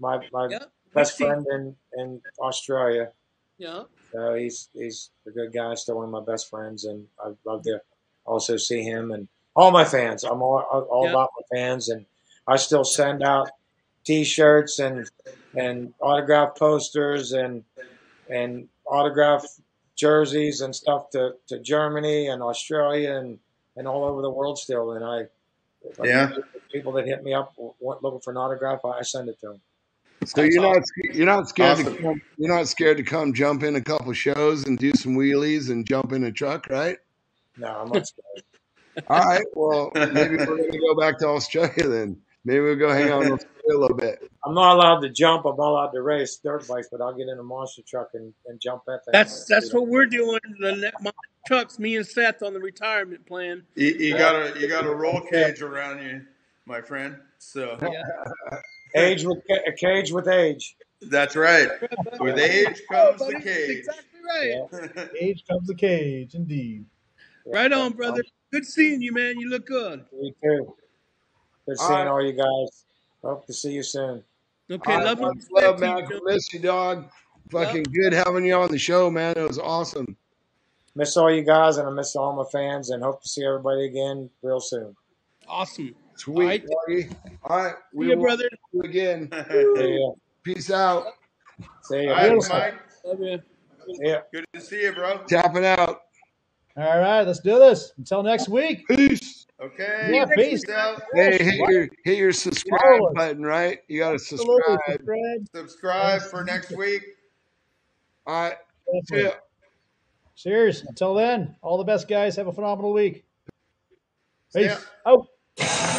[SPEAKER 4] my my
[SPEAKER 2] Yeah.
[SPEAKER 4] best
[SPEAKER 2] Steve.
[SPEAKER 4] friend in in Australia.
[SPEAKER 2] Yeah.
[SPEAKER 4] So Uh, he's he's a good guy, still one of my best friends, and I'd love to also see him and all my fans. I'm all all
[SPEAKER 2] Yeah.
[SPEAKER 4] about my fans, and I still send out T-shirts and and autograph posters and and autograph jerseys and stuff to, to Germany and Australia and, and all over the world still. And I like
[SPEAKER 1] Yeah.
[SPEAKER 4] people that hit me up want, looking for an autograph, I, I send it to them.
[SPEAKER 3] So you're not sc- you're not scared
[SPEAKER 1] Awesome.
[SPEAKER 3] to come, you're not scared to come jump in a couple shows and do some wheelies and jump in a truck, right?
[SPEAKER 4] No, I'm not scared.
[SPEAKER 3] All right. Well, maybe we're gonna go back to Australia then. Maybe we'll go hang out in Australia a little bit.
[SPEAKER 4] I'm not allowed to jump. I'm not allowed to race dirt bikes, but I'll get in a monster truck and, and jump that thing.
[SPEAKER 2] That's that's what we're doing. The ne- my trucks, me and Seth on the retirement plan.
[SPEAKER 1] you, you got a you got a
[SPEAKER 4] *laughs*
[SPEAKER 1] roll cage around you, my friend. So
[SPEAKER 2] Yeah.
[SPEAKER 4] Age with a cage with age.
[SPEAKER 1] that's right. With
[SPEAKER 4] Yeah,
[SPEAKER 1] age
[SPEAKER 2] Oh,
[SPEAKER 1] comes the
[SPEAKER 2] buddy, that's
[SPEAKER 1] cage. *laughs*
[SPEAKER 2] exactly right.
[SPEAKER 4] yeah,
[SPEAKER 5] Cage comes the cage, indeed.
[SPEAKER 4] yeah.
[SPEAKER 2] Right on, brother. Good seeing you, man. You look good.
[SPEAKER 4] You too. Good
[SPEAKER 3] All
[SPEAKER 4] seeing
[SPEAKER 3] right.
[SPEAKER 4] all you guys. Hope to see you soon.
[SPEAKER 2] Okay,
[SPEAKER 3] All right.
[SPEAKER 2] love and
[SPEAKER 3] Much
[SPEAKER 2] respect
[SPEAKER 3] love,
[SPEAKER 2] to you,
[SPEAKER 3] Mac.
[SPEAKER 2] John.
[SPEAKER 3] Miss you, dog.
[SPEAKER 2] Yep.
[SPEAKER 3] Fucking good having you on the show, man. It was awesome.
[SPEAKER 4] Miss all you guys, and I miss all my fans, and hope to see everybody again real soon.
[SPEAKER 2] Awesome. All
[SPEAKER 3] Sweet,
[SPEAKER 2] right.
[SPEAKER 3] buddy. All right,
[SPEAKER 2] See
[SPEAKER 3] we
[SPEAKER 2] you,
[SPEAKER 3] will
[SPEAKER 2] brother.
[SPEAKER 3] see you again.
[SPEAKER 4] See
[SPEAKER 1] All
[SPEAKER 4] ya.
[SPEAKER 3] Peace out.
[SPEAKER 4] See ya.
[SPEAKER 1] right,
[SPEAKER 4] Peace
[SPEAKER 5] Beautiful.
[SPEAKER 4] out.
[SPEAKER 1] Mike.
[SPEAKER 2] Love you.
[SPEAKER 4] See ya.
[SPEAKER 1] Good to see you, bro.
[SPEAKER 3] Tapping out.
[SPEAKER 5] All right, let's do this. Until next week.
[SPEAKER 3] Peace.
[SPEAKER 1] Okay.
[SPEAKER 5] Yeah, peace.
[SPEAKER 1] Peace out.
[SPEAKER 3] Hey,
[SPEAKER 5] Yes,
[SPEAKER 3] hit
[SPEAKER 5] like,
[SPEAKER 3] your hit your subscribe
[SPEAKER 5] follow us.
[SPEAKER 3] button, right? You gotta
[SPEAKER 5] Absolutely.
[SPEAKER 3] subscribe.
[SPEAKER 5] Subscribe.
[SPEAKER 1] Subscribe
[SPEAKER 5] Thanks.
[SPEAKER 1] for next week.
[SPEAKER 3] All right. See ya.
[SPEAKER 5] Definitely. Cheers. Until then, all the best, guys. Have a phenomenal week.
[SPEAKER 1] See ya.
[SPEAKER 5] Peace. Out.